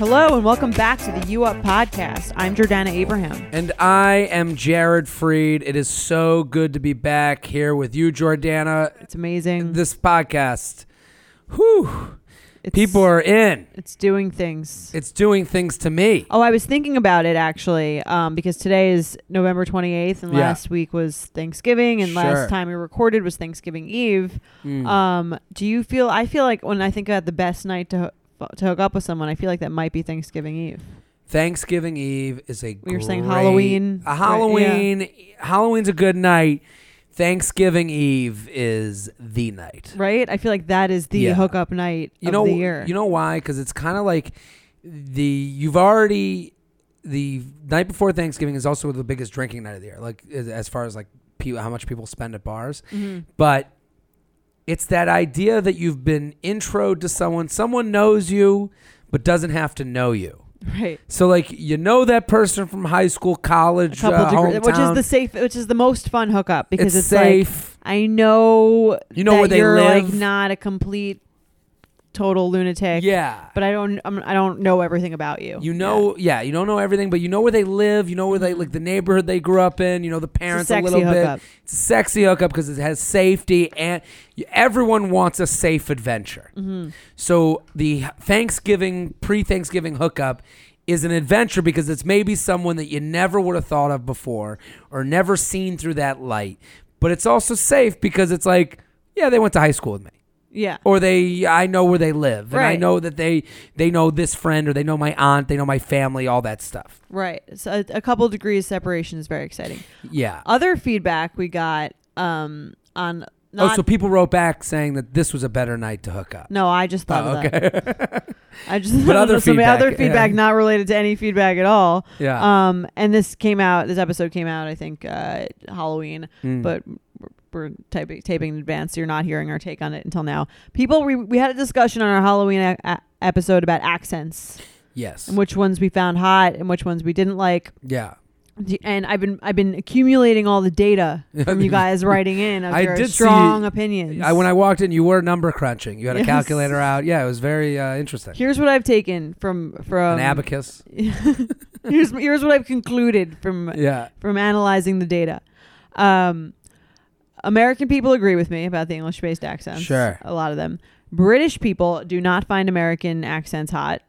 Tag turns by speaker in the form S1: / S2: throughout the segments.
S1: Hello and welcome back to the U Up podcast. I'm Jordana Abraham.
S2: And I am Jared Freed. It is so good to be back here with you, Jordana.
S1: It's amazing.
S2: This podcast, whew,
S1: It's,
S2: people are in.
S1: it's doing things.
S2: It's doing things to me.
S1: Oh, I was thinking about it actually, um, because today is November 28th, and
S2: Yeah.
S1: last week was Thanksgiving, and
S2: Sure. Hmm.
S1: last time we recorded was Thanksgiving Eve.
S2: Uh,
S1: Um, do you feel? I feel like when I think about the best night to ho- to hook up with someone, I feel like that might be Thanksgiving Eve.
S2: Thanksgiving Eve is a
S1: We were saying
S2: great-
S1: Halloween,
S2: A
S1: right,
S2: Halloween. Halloween's a good night. Thanksgiving Eve is the night.
S1: Right? I feel like that is the
S2: Yeah.
S1: hookup night
S2: you
S1: of
S2: know
S1: the year.
S2: you know why because it's kind of like the you've already the night before thanksgiving is also the biggest drinking night of the year like as- as far as like pe- how much people spend at bars but it's that idea that you've been intro to someone someone knows you but doesn't have to know you
S1: right?
S2: so like you know that person from high school
S1: A
S2: college
S1: couple
S2: uh,
S1: degrees, which is
S2: hometown.
S1: the safe, which is the most fun hookup because
S2: it's,
S1: it's, like
S2: safe
S1: I know
S2: You know
S1: that
S2: where they
S1: you're like
S2: live.
S1: not a complete total lunatic.
S2: yeah
S1: But I don't I'm, I don't know everything about you.
S2: You know, yeah. you don't know everything, but you know where they live. You know where they like the neighborhood they grew up in. You know the parents a,
S1: Mm-hmm. sexy
S2: little
S1: hookup.
S2: bit. It's a sexy hookup because it has safety and y- everyone wants a safe adventure.
S1: Mm-hmm.
S2: So the Thanksgiving pre-Thanksgiving hookup is an adventure because it's maybe someone that you never would have thought of before or never seen through that light. But it's also safe because it's like, yeah, they went to high school with me
S1: yeah.
S2: or they I know where they live and I
S1: Right.
S2: know that they they know this friend or they know my aunt, they know my family, all that stuff.
S1: Right. So a, a couple degrees separation is very exciting.
S2: Yeah.
S1: Other feedback we got um on
S2: oh,
S1: not
S2: so people wrote back saying that this was a better night to hook up.
S1: no, I just thought
S2: Oh,
S1: of that.
S2: okay.
S1: I just thought
S2: But
S1: of
S2: other
S1: some other
S2: feedback,
S1: feedback
S2: yeah.
S1: not related to any feedback at all.
S2: yeah.
S1: Um, and this came out. This episode came out. I think uh, Halloween,
S2: Mm.
S1: but we're typing, taping in advance. So you're not hearing our take on it until now. People, we, we had a discussion on our Halloween uh, a- a- episode about accents
S2: yes.
S1: and which ones we found hot and which ones we didn't like.
S2: yeah.
S1: D- And I've been I've been accumulating all the data from you guys writing in of
S2: I
S1: your
S2: did see-
S1: strong opinions.
S2: I, when I walked in, you were number crunching. You had a
S1: Yes.
S2: calculator out. Yeah, it was very uh, interesting.
S1: here's what I've taken from from
S2: An abacus.
S1: here's here's what I've concluded from
S2: Yeah.
S1: from analyzing the data. Um, American people agree with me about the English based accents.
S2: Sure.
S1: A lot of them. British people do not find American accents hot.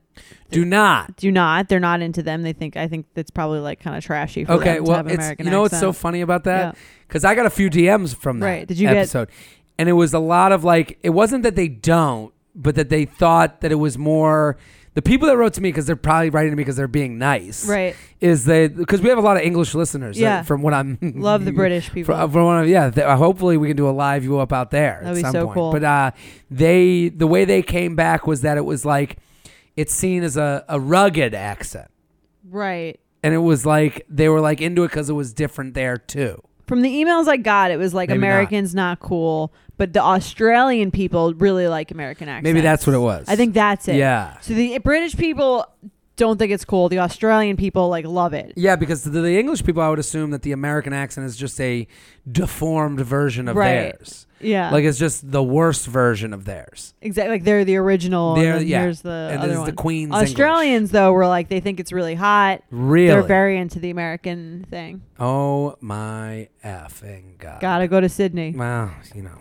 S2: Do not.
S1: Do not. They're not into them. They think, I think that's probably like kind of trashy for
S2: Okay.
S1: them to
S2: Well,
S1: have an
S2: it's,
S1: American
S2: you know what's
S1: accent.
S2: so funny about that?
S1: Yeah.
S2: because I got a few DMs from that
S1: Right. Did you get-
S2: episode, and it was a lot of like it wasn't that they don't, but that they thought that it was more the people that wrote to me because they're probably writing to me because they're being nice,
S1: Right.
S2: Is they because we have a lot of English listeners, uh,
S1: Yeah.
S2: from what I'm
S1: Love the British people.
S2: From, from what I'm, yeah, th- uh, hopefully we can do a live you up out there
S1: That'd be
S2: at some
S1: so
S2: point.
S1: cool.
S2: But uh, they the way they came back was that it was like it's seen as a, a rugged accent.
S1: right.
S2: And it was like they were like into it because it was different there too.
S1: From the emails I got, it was like
S2: Maybe not.
S1: Americans not. cool, but the Australian people really like American accents.
S2: Maybe that's what it was.
S1: I think that's it.
S2: Yeah.
S1: So the British people don't think it's cool. The Australian people like love it.
S2: Yeah, because to the English people, I would assume that the American accent is just a deformed version of
S1: Right. Uh.
S2: theirs.
S1: Yeah.
S2: Like it's just the worst version of theirs.
S1: Exactly, like they're the original.
S2: They're-
S1: and then
S2: yeah.
S1: here's the
S2: And
S1: other
S2: it's
S1: one.
S2: the Queen's
S1: Australians though were like they think it's really hot. They're
S2: Really?
S1: very into the American thing.
S2: oh my effing god!
S1: Gotta go to Sydney.
S2: Well, you know,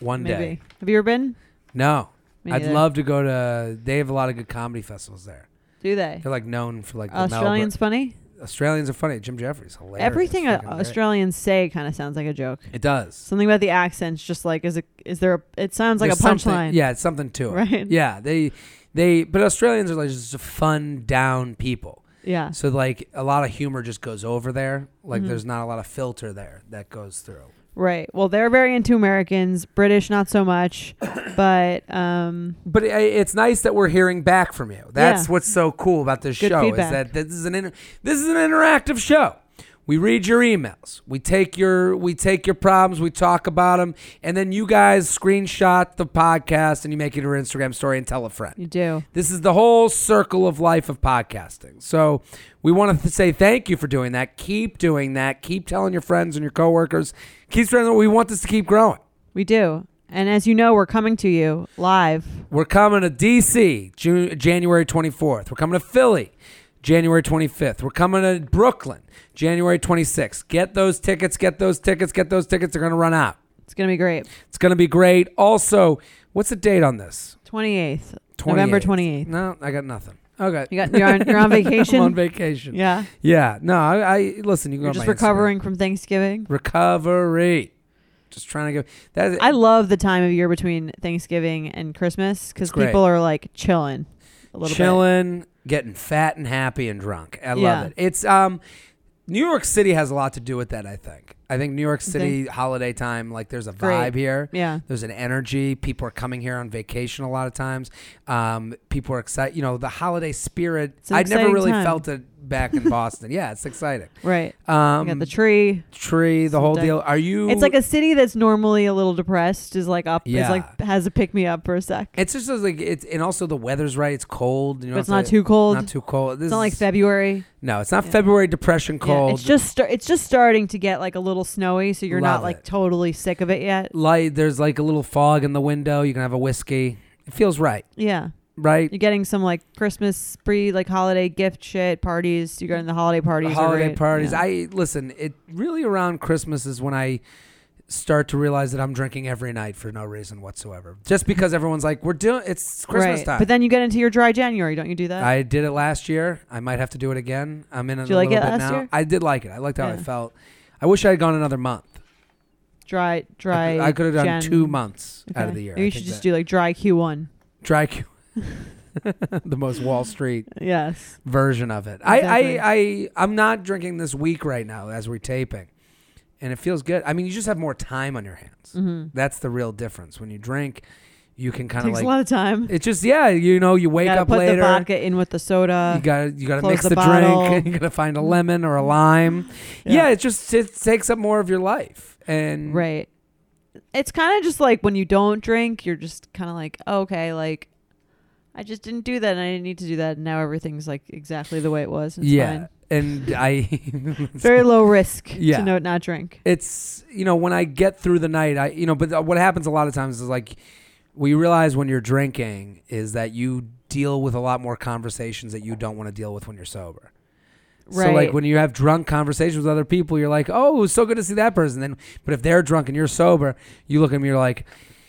S2: one
S1: Maybe.
S2: day.
S1: Have you ever been?
S2: No,
S1: Me
S2: I'd
S1: neither.
S2: love to go to. They have a lot of good comedy festivals there.
S1: Do they?
S2: They're like known for like the
S1: Australians funny.
S2: Melbourne- Australians are funny. Jim Jeffries hilarious.
S1: Everything uh,
S2: Fucking great.
S1: Australians say kind of sounds like a joke.
S2: It does.
S1: Something about the accents, just like is it is there? A, it sounds like
S2: There's
S1: a
S2: something-
S1: punchline.
S2: Yeah, it's something to it.
S1: Right.
S2: Yeah, they they but Australians are like just fun down people.
S1: Yeah.
S2: So like a lot of humor just goes over there. Like
S1: Mhm.
S2: there's not a lot of filter there that goes through.
S1: Right. Well, they're very into Americans, British not so much, but um,
S2: But i it's nice that we're hearing back from you. That's
S1: Yeah.
S2: what's so cool about this
S1: Good
S2: show
S1: feedback.
S2: is that this is an inter- this is an interactive show. We read your emails. We take your we take your problems. We talk about them, and then you guys screenshot the podcast and you make it your Instagram story and tell a friend.
S1: you do.
S2: This is the whole circle of life of podcasting. So we want to th- say thank you for doing that. Keep doing that. Keep telling your friends and your coworkers. Keep spreading. the- We want this to keep growing.
S1: We do. And as you know, we're coming to you live.
S2: We're coming to DC June, January 24th. We're coming to Philly January 25th. We're coming to Brooklyn January 26th. Get those tickets, get those tickets, get those tickets. They're going to run out.
S1: It's going to be great.
S2: It's going to be great. Also, what's the date on this?
S1: 28th. November 28th.
S2: No, I got nothing. Okay.
S1: You got you're on, you're on vacation.
S2: I'm on vacation. Yeah.
S1: yeah.
S2: No, I, I listen, you can go
S1: You're
S2: on
S1: just
S2: my Instagram.
S1: recovering from Thanksgiving.
S2: Recovery. Just trying to go. That is,
S1: I love the time of year between Thanksgiving and Christmas cuz
S2: It's great.
S1: people are like chilling a little bit.
S2: chilling, getting fat and happy and drunk.
S1: Yeah.
S2: I love it. It's um, New York City has a lot to do with that. I think. I think New York City holiday time, like there's a
S1: Great.
S2: vibe here.
S1: Yeah.
S2: There's an energy. People are coming here on vacation a lot of times. Um, people are excited. You know, the holiday spirit.
S1: It's an
S2: I never
S1: exciting
S2: really
S1: time.
S2: felt it back in Boston. yeah, it's exciting.
S1: Right.
S2: Um,
S1: you got the tree.
S2: tree, the whole
S1: Something.
S2: deal. Are you?
S1: It's like a city that's normally a little depressed is like up is
S2: Yeah.
S1: like has a pick me up for a sec.
S2: It's just like it's, and also the weather's right. It's cold. You know,
S1: but it's not
S2: like-
S1: too cold.
S2: Not too cold. This
S1: it's not like
S2: is-
S1: February.
S2: No, it's not
S1: Yeah.
S2: February depression
S1: Yeah,
S2: cold.
S1: it's just star- it's just starting to get like a little snowy, so you're
S2: Love
S1: not like
S2: it.
S1: totally sick of it yet.
S2: light there's like a little fog in the window you can have a whiskey it feels right
S1: Yeah,
S2: right
S1: you're getting some like Christmas pre like holiday gift shit parties. You're getting the holiday parties. are
S2: holiday
S1: great.
S2: parties
S1: Yeah.
S2: i listen it really around christmas is when i start to realize that i'm drinking every night for no reason whatsoever just because everyone's like we're doing it's christmas
S1: Right.
S2: time
S1: But then you get into your dry January, don't you do that?
S2: i did it last year i might have to do it again i'm in it
S1: you
S2: a
S1: like it
S2: little bit
S1: last
S2: now
S1: year?
S2: i did like it i liked how i
S1: Yeah.
S2: felt i wish i had gone another month
S1: dry
S2: I
S1: dry.
S2: could- i could have done
S1: Jan-
S2: two months out
S1: Okay.
S2: of the year
S1: Maybe
S2: I
S1: you
S2: think
S1: should just
S2: that-
S1: do like dry Q1.
S2: dry Q- the most wall street
S1: Yes.
S2: version of it.
S1: Exactly.
S2: I, I, I, I'm not drinking this week right now as we're taping, and it feels good. I mean, you just have more time on your hands.
S1: Mm-hmm.
S2: That's the real difference. When you drink, you can kind of
S1: Takes
S2: like
S1: a lot of time.
S2: it's just yeah. You know, you wake
S1: gotta
S2: up
S1: put the
S2: later.
S1: vodka in with the soda.
S2: You gotta you gotta
S1: close
S2: mix
S1: the
S2: the,
S1: bottle. Mm-hmm.
S2: drink. you gotta find a lemon or a lime.
S1: Yeah.
S2: Yeah, it just it takes up more of your life. And
S1: Right. It's kind of just like when you don't drink, you're just kind of like, oh, okay, like I just didn't do that and I didn't need to do that. And now everything's like exactly the way it was. It's
S2: yeah,
S1: fine.
S2: and I
S1: Very low risk
S2: Yeah.
S1: to not, not drink.
S2: it's you know when I get through the night, I you know, but what happens a lot of times is like we realize when you're drinking is that you deal with a lot more conversations that you don't want to deal with when you're sober. So like
S1: Right.
S2: when you have drunk conversations with other people, you're like, oh, it was so good to see that person. Then, but if they're drunk and you're sober, you look at them, you're like,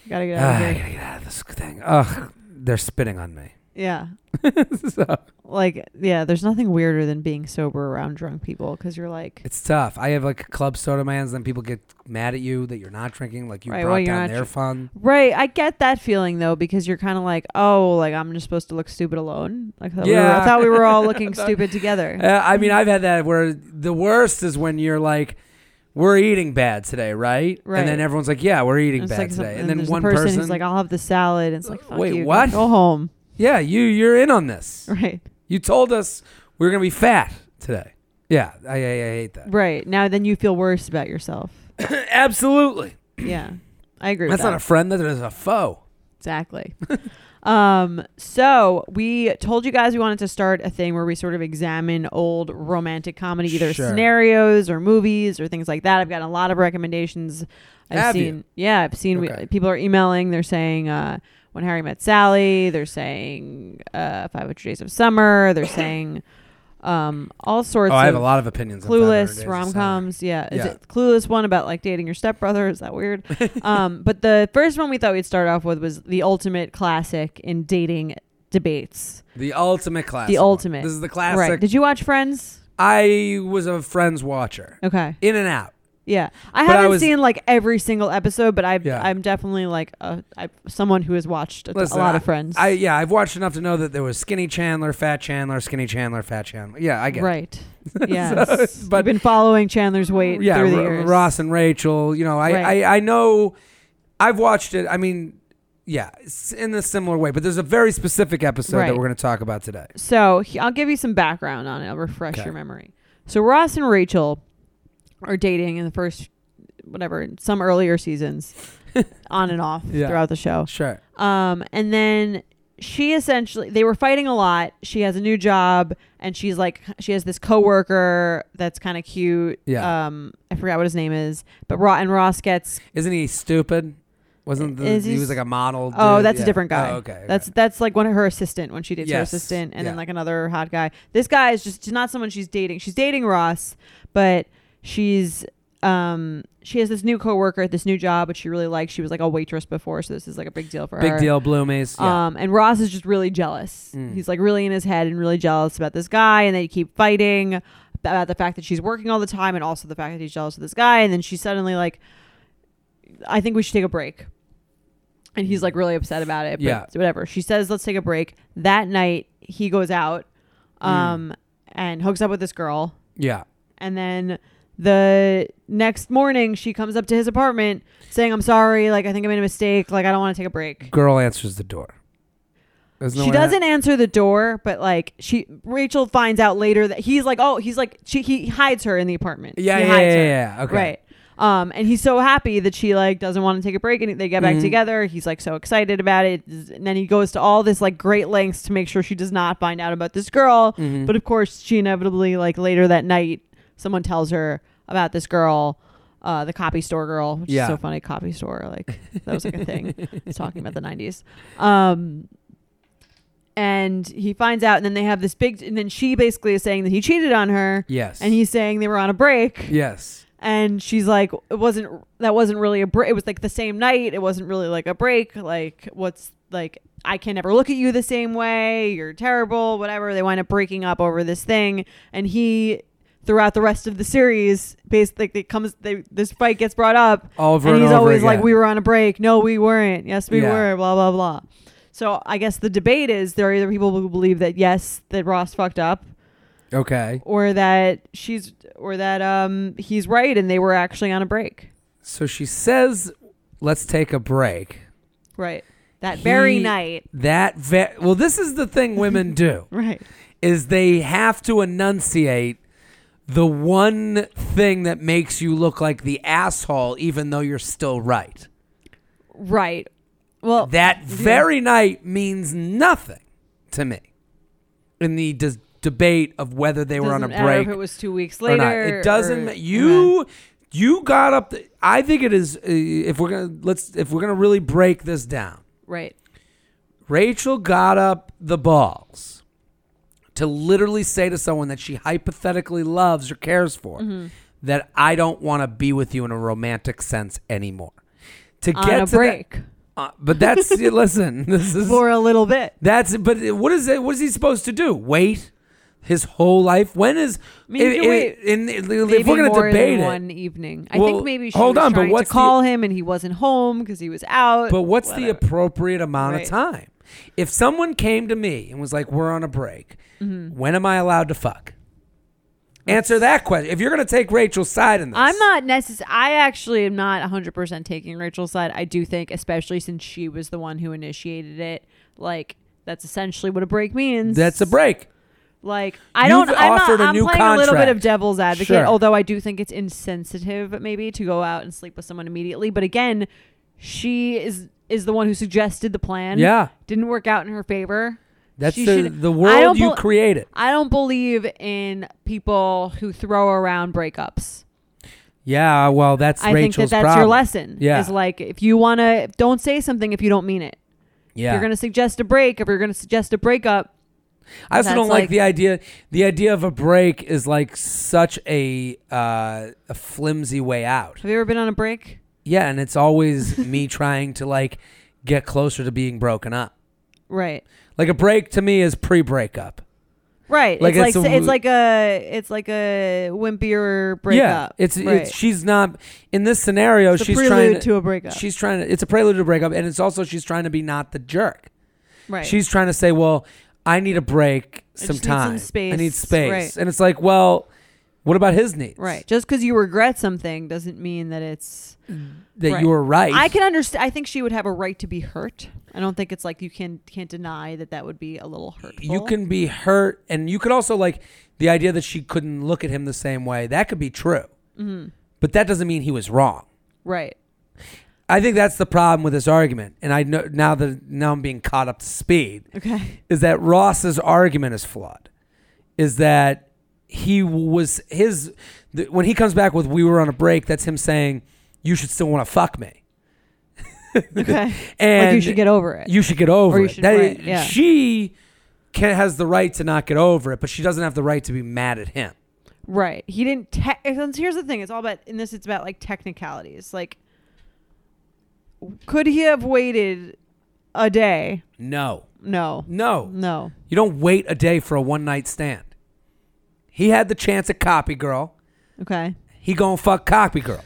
S1: You gotta get
S2: ah,
S1: out
S2: I
S1: of here.
S2: gotta get out of this thing. Ugh, they're spitting on me.
S1: Yeah.
S2: so
S1: Like, yeah, there's nothing weirder than being sober around drunk people because you're like,
S2: it's tough. I have like club soda mans, then people get mad at you that you're not drinking, like you
S1: Right,
S2: brought
S1: well, you're
S2: down
S1: not
S2: their
S1: dr-
S2: fun.
S1: right. I get that feeling though because you're kind of like, oh, like I'm just supposed to look stupid alone. Like, I thought, we, were, I
S2: Yeah.
S1: thought we were all looking stupid together.
S2: Uh, I mean, I've had that where the worst is when you're like, we're eating bad today, right?
S1: Right.
S2: And then everyone's like, yeah, we're eating
S1: It's
S2: bad
S1: like some-
S2: today. And then
S1: there's a
S2: one
S1: person,
S2: person,
S1: who's like, I'll have the salad. And it's like, fuck
S2: Wait,
S1: you,
S2: what?
S1: Go home.
S2: yeah, you you're in on this.
S1: Right.
S2: You told us we were gonna be fat today. Yeah, I I, I hate that.
S1: Right. Now then you feel worse about yourself.
S2: Absolutely,
S1: yeah. I agree
S2: that's
S1: with that.
S2: not a friend. That is a foe.
S1: exactly. um so we told you guys we wanted to start a thing where we sort of examine old romantic comedy either
S2: Sure.
S1: scenarios or movies or things like that. I've gotten a lot of recommendations. I've
S2: Have you?
S1: seen Yeah, I've seen we,
S2: Okay.
S1: people are emailing, they're saying uh when Harry met Sally, they're saying uh 500 days of summer, they're saying um all sorts
S2: Oh, I have
S1: of
S2: a lot of opinions. on 500 Days
S1: Clueless
S2: of
S1: rom
S2: Summer.
S1: coms. Yeah. Is
S2: Yeah.
S1: it Clueless one about like dating your stepbrother? Is that weird? um, but the first one we thought we'd start off with was the ultimate classic in dating debates.
S2: The ultimate classic. one.
S1: ultimate.
S2: This is the classic.
S1: Right. Did you watch Friends?
S2: I was a Friends watcher,
S1: Okay.
S2: in and out.
S1: Yeah. I
S2: But I
S1: haven't
S2: was-
S1: seen like every single episode, but I've,
S2: Yeah.
S1: I'm definitely like a, I, someone who has watched a,
S2: Listen,
S1: a lot
S2: I-
S1: of Friends.
S2: I yeah, I've watched enough to know that there was skinny Chandler, fat Chandler, skinny Chandler, fat Chandler. Yeah, I get it.
S1: right. Yes.
S2: but-
S1: You've been following Chandler's weight
S2: yeah,
S1: through the
S2: Ro-
S1: years.
S2: Ross and Rachel. You know, I,
S1: Right.
S2: I I know I've watched it. I mean, yeah, it's in a similar way. But there's a very specific episode
S1: Right.
S2: that we're going to talk about today.
S1: So he- I'll give you some background on it. I'll refresh
S2: Okay.
S1: your memory. So Ross and Rachel are dating in the first, whatever, some earlier seasons, on and off
S2: Yeah.
S1: throughout the show.
S2: Sure.
S1: Um, and then she essentially they were fighting a lot. She has a new job, and she's like she has this coworker that's kind of cute.
S2: Yeah.
S1: Um, I forgot what his name is, but Ross and Ross gets
S2: Isn't he stupid? Wasn't the,
S1: Is
S2: he
S1: he
S2: was like a model?
S1: Oh,
S2: dude?
S1: that's
S2: Yeah.
S1: a different guy.
S2: Oh, okay, okay.
S1: That's that's like one of her assistant when she dates her
S2: Yes.
S1: assistant, and then
S2: Yeah.
S1: like another hot guy. This guy is just not someone she's dating. She's dating Ross, but she's um she has this new coworker at this new job, which she really likes. She was like a waitress before, so this is like a big deal for her.
S2: big deal. Bloomies. Yeah. Mm.
S1: Um, and Ross is just really jealous. He's like really in his head and really jealous about this guy, and they keep fighting about the fact that she's working all the time, and also the fact that he's jealous of this guy. And then she's suddenly like, "I think we should take a break," and he's like really upset about it. But
S2: Yeah.
S1: whatever. She says, "Let's take a break." That night, he goes out,
S2: Mm.
S1: um, and hooks up with this girl,
S2: yeah.
S1: and then. The next morning, she comes up to his apartment saying, "I'm sorry. Like, I think I made a mistake. Like, I don't want to take a break."
S2: Girl answers the door. There's no
S1: she
S2: one at-
S1: doesn't answer the door, but like she Rachel finds out later that he's like, oh, he's like she, he hides her in the apartment.
S2: Yeah,
S1: he
S2: yeah,
S1: hides
S2: yeah,
S1: her.
S2: yeah, yeah. Okay.
S1: right. Um, and he's so happy that she like doesn't want to take a break, and they get back
S2: Mhm.
S1: together. He's like so excited about it, and then he goes to all this like great lengths to make sure she does not find out about this girl.
S2: Mhm.
S1: But of course, she inevitably like later that night, someone tells her about this girl. Uh, the copy store girl, which
S2: Yeah.
S1: is so funny. Copy store, like that was like a thing. It's talking about the '90s. Um, and he finds out, and then they have this big, and then she basically is saying that he cheated on her,
S2: Yes.
S1: and he's saying they were on a break,
S2: Yes.
S1: and she's like, it wasn't that wasn't really a break. It was like the same night. It wasn't really like a break. Like what's like I can never look at you the same way. You're terrible. Whatever. They wind up breaking up over this thing, and he. Throughout the rest of the series, basically, it comes. They, this fight gets brought up,
S2: Over
S1: and
S2: and
S1: he's
S2: over
S1: always like,
S2: again.
S1: "We were on a break. No, we weren't. Yes, we
S2: Yeah.
S1: were. Blah blah blah." So I guess the debate is there are either people who believe that yes, that Ross fucked up,
S2: Okay.
S1: or that she's, or that um he's right and they were actually on a break.
S2: So she says, "Let's take a break."
S1: Right. That
S2: He-
S1: very night.
S2: That ve- well, this is the thing women do
S1: Right.
S2: is they have to enunciate the one thing that makes you look like the asshole, even though you're still right.
S1: Right. Well,
S2: That very night means nothing to me in the dis- debate of whether they were on a
S1: doesn't matter
S2: break
S1: if it was two weeks
S2: or
S1: later.
S2: not. It doesn't.
S1: or-
S2: ma- you you got up. The, I think it is. Uh, if we're gonna let's if we're gonna really break this down,
S1: Right.
S2: Rachel got up the balls to literally say to someone that she hypothetically loves or cares for
S1: Mm-hmm.
S2: that I don't want to be with you in a romantic sense anymore. To
S1: On
S2: get
S1: a
S2: to that-
S1: break
S2: uh, but that's yeah, listen. This is
S1: for a little bit.
S2: that's but what is it? What is he supposed to do? Wait his whole life? When is
S1: mean, you
S2: it-
S1: can
S2: it-
S1: wait
S2: in- if
S1: Maybe
S2: we're gonna
S1: more
S2: debate
S1: than
S2: it?
S1: one evening. I
S2: Well,
S1: think maybe she
S2: hold
S1: was
S2: on, but
S1: trying
S2: what's
S1: to
S2: the-
S1: call him and he wasn't home because he was out.
S2: But what's
S1: Whatever.
S2: the appropriate amount
S1: Right.
S2: of time? If someone came to me and was like, "We're on a break,"
S1: Mm-hmm.
S2: when am I allowed to fuck? Answer that question. If you're gonna take Rachel's side in this,
S1: I'm not necess I actually am not 100% taking Rachel's side. I do think, especially since she was the one who initiated it, like that's essentially what a break means.
S2: That's a break.
S1: Like I
S2: You've
S1: don't. I'm not.
S2: offered a
S1: I'm
S2: new
S1: playing a little bit of
S2: contract.
S1: devil's advocate,
S2: Sure.
S1: although I do think it's insensitive maybe to go out and sleep with someone immediately. But again, she is is the one who suggested the plan.
S2: Yeah.
S1: didn't work out in her favor.
S2: That's
S1: She
S2: the,
S1: should-
S2: the
S1: I
S2: world
S1: don't
S2: you
S1: bel-
S2: created.
S1: I don't believe in people who throw around breakups.
S2: Yeah. Well, that's
S1: I think
S2: Rachel's
S1: that that's
S2: problem.
S1: your lesson.
S2: Yeah.
S1: is like if you want to, don't say something if you don't mean it.
S2: Yeah.
S1: If you're gonna suggest a break, if you're gonna suggest a breakup,
S2: I also
S1: That's
S2: don't like,
S1: like-
S2: the idea. The idea of a break is like such a uh, a flimsy way out.
S1: have you ever been on a break?
S2: Yeah, and it's always me trying to like get closer to being broken up.
S1: Right.
S2: Like a break to me is pre-breakup.
S1: Right.
S2: Like,
S1: it's,
S2: it's
S1: like
S2: a-
S1: it's like a it's like a wimpier breakup.
S2: it's,
S1: right.
S2: it's she's not in this scenario.
S1: It's a
S2: she's
S1: prelude
S2: trying to,
S1: to a breakup.
S2: She's trying to. It's a prelude to breakup, and it's also she's trying to be not the jerk.
S1: right.
S2: She's trying to say, well, I need a break
S1: I just need
S2: sometime.
S1: some space.
S2: I need space,
S1: Right.
S2: and it's like, well, What about his needs?
S1: Right. Just because you regret something doesn't mean that it's
S2: That
S1: Right.
S2: you were right.
S1: I can understand. I think she would have a right to be hurt. I don't think it's like you can can't deny that that would be a little hurtful.
S2: you can be hurt, and you could also like the idea that she couldn't look at him the same way. That could be true,
S1: Mm-hmm.
S2: but that doesn't mean he was wrong.
S1: right.
S2: I think that's the problem with this argument, and I know now that now I'm being caught up to speed.
S1: Okay.
S2: is that Ross's argument is flawed. Is that he was his th- when he comes back with "We were on a break." That's him saying, "You should still want to fuck me."
S1: Okay.
S2: And
S1: like you should get over it.
S2: You should get over
S1: Or you
S2: it.
S1: should-
S2: That-
S1: right, yeah.
S2: She can, has the right to not get over it, but she doesn't have the right to be mad at him.
S1: right. He didn't. Te- and here's the thing. It's all about in this. It's about like technicalities. Like, could he have waited a day?
S2: No,
S1: No.
S2: no,
S1: No.
S2: you don't wait a day for a one night stand. He had the chance at copy girl.
S1: Okay.
S2: He gonna fuck copy girl.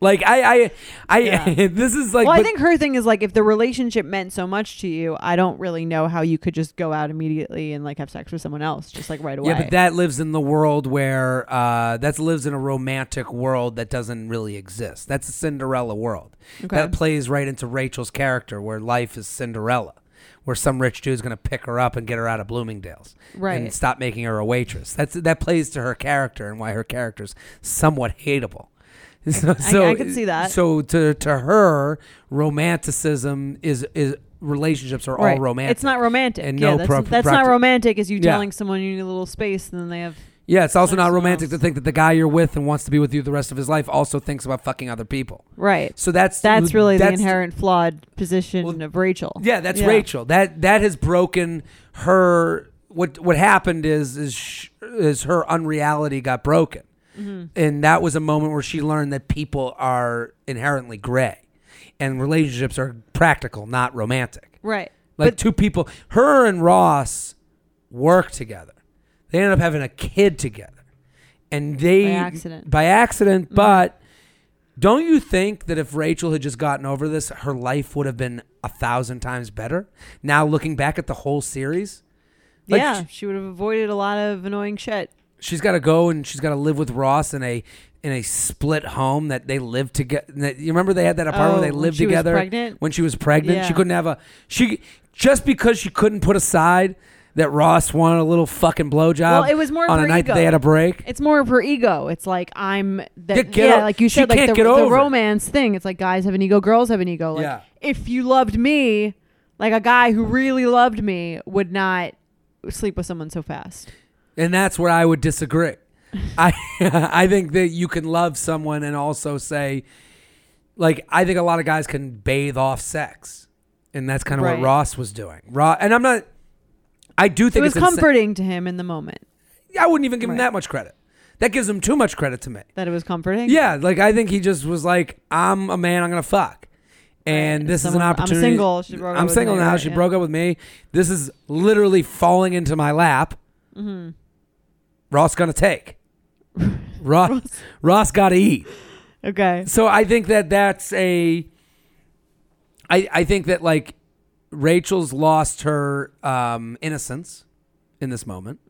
S2: like I, I, I.
S1: Yeah.
S2: this is like.
S1: well, I
S2: but-
S1: think her thing is like if the relationship meant so much to you, I don't really know how you could just go out immediately and like have sex with someone else just like right away.
S2: Yeah, but that lives in the world where uh, that lives in a romantic world that doesn't really exist. That's a Cinderella world.
S1: Okay.
S2: That plays right into Rachel's character, where life is Cinderella, where some rich dude's going to pick her up and get her out of Bloomingdale's,
S1: Right.
S2: And stop making her a waitress. That's that plays to her character and why her character's somewhat hateable. So,
S1: I could see that.
S2: So to to her, romanticism is is relationships are
S1: Right.
S2: all romantic.
S1: It's not romantic.
S2: And
S1: yeah,
S2: no
S1: that's,
S2: pro-
S1: that's not
S2: practi-
S1: romantic. Is you
S2: Yeah.
S1: telling someone you need a little space, and then they have
S2: Yeah, it's also
S1: Like
S2: not
S1: someone
S2: romantic
S1: else.
S2: to think that the guy you're with and wants to be with you the rest of his life also thinks about fucking other people.
S1: right.
S2: So that's
S1: That's really
S2: that's-
S1: the inherent flawed position
S2: Well,
S1: of Rachel.
S2: Yeah, that's Rachel. That that has broken her. What what happened is is sh- is her unreality got broken,
S1: Mm-hmm.
S2: and that was a moment where she learned that people are inherently gray, and relationships are practical, not romantic.
S1: Right.
S2: Like
S1: but
S2: two people, her and Ross work together. They ended up having a kid together, and they
S1: By accident. Mm-hmm.
S2: By accident, but don't you think that if Rachel had just gotten over this, her life would have been a thousand times better? Now looking back at the whole series, like,
S1: yeah, she would have avoided a lot of annoying shit.
S2: she's got to go and she's got to live with Ross in a in a split home that they lived together. You remember they had that apartment
S1: Oh,
S2: where they
S1: when
S2: lived
S1: she was
S2: together
S1: pregnant?
S2: when she was pregnant. She
S1: Yeah.
S2: couldn't have a she just because she couldn't put aside that Ross wanted a little fucking blowjob.
S1: Well, it was more of
S2: on a
S1: her
S2: night that
S1: ego.
S2: they had a break.
S1: It's more of her ego. It's like I'm that
S2: Yeah, get
S1: yeah,
S2: o-
S1: like you
S2: she
S1: said, like
S2: can't
S1: the,
S2: get
S1: the
S2: over it.
S1: romance thing. It's like guys have an ego, girls have an ego. Like
S2: Yeah.
S1: if you loved me, like a guy who really loved me would not sleep with someone so fast.
S2: And that's where I would disagree. I I think that you can love someone and also say like I think a lot of guys can bathe off sex. And that's kind of
S1: Right.
S2: what Ross was doing. Ross, and I'm not I do think
S1: It was
S2: it's insa-
S1: comforting to him in the moment
S2: I wouldn't even give him
S1: Right.
S2: that much credit. That gives him too much credit to me.
S1: that it was comforting.
S2: Yeah, like I think he just was like, I'm a man, I'm gonna fuck, and
S1: Right.
S2: this is an
S1: Someone- I'm
S2: opportunity.
S1: single, she broke up
S2: I'm
S1: with
S2: single
S1: me,
S2: now.
S1: right,
S2: She
S1: yeah.
S2: broke up with me. This is literally falling into my lap.
S1: Mm-hmm.
S2: Ross gonna take. Ross, Ross gotta eat.
S1: Okay.
S2: So I think that that's a. I I think that like, Rachel's lost her um, innocence, in this moment.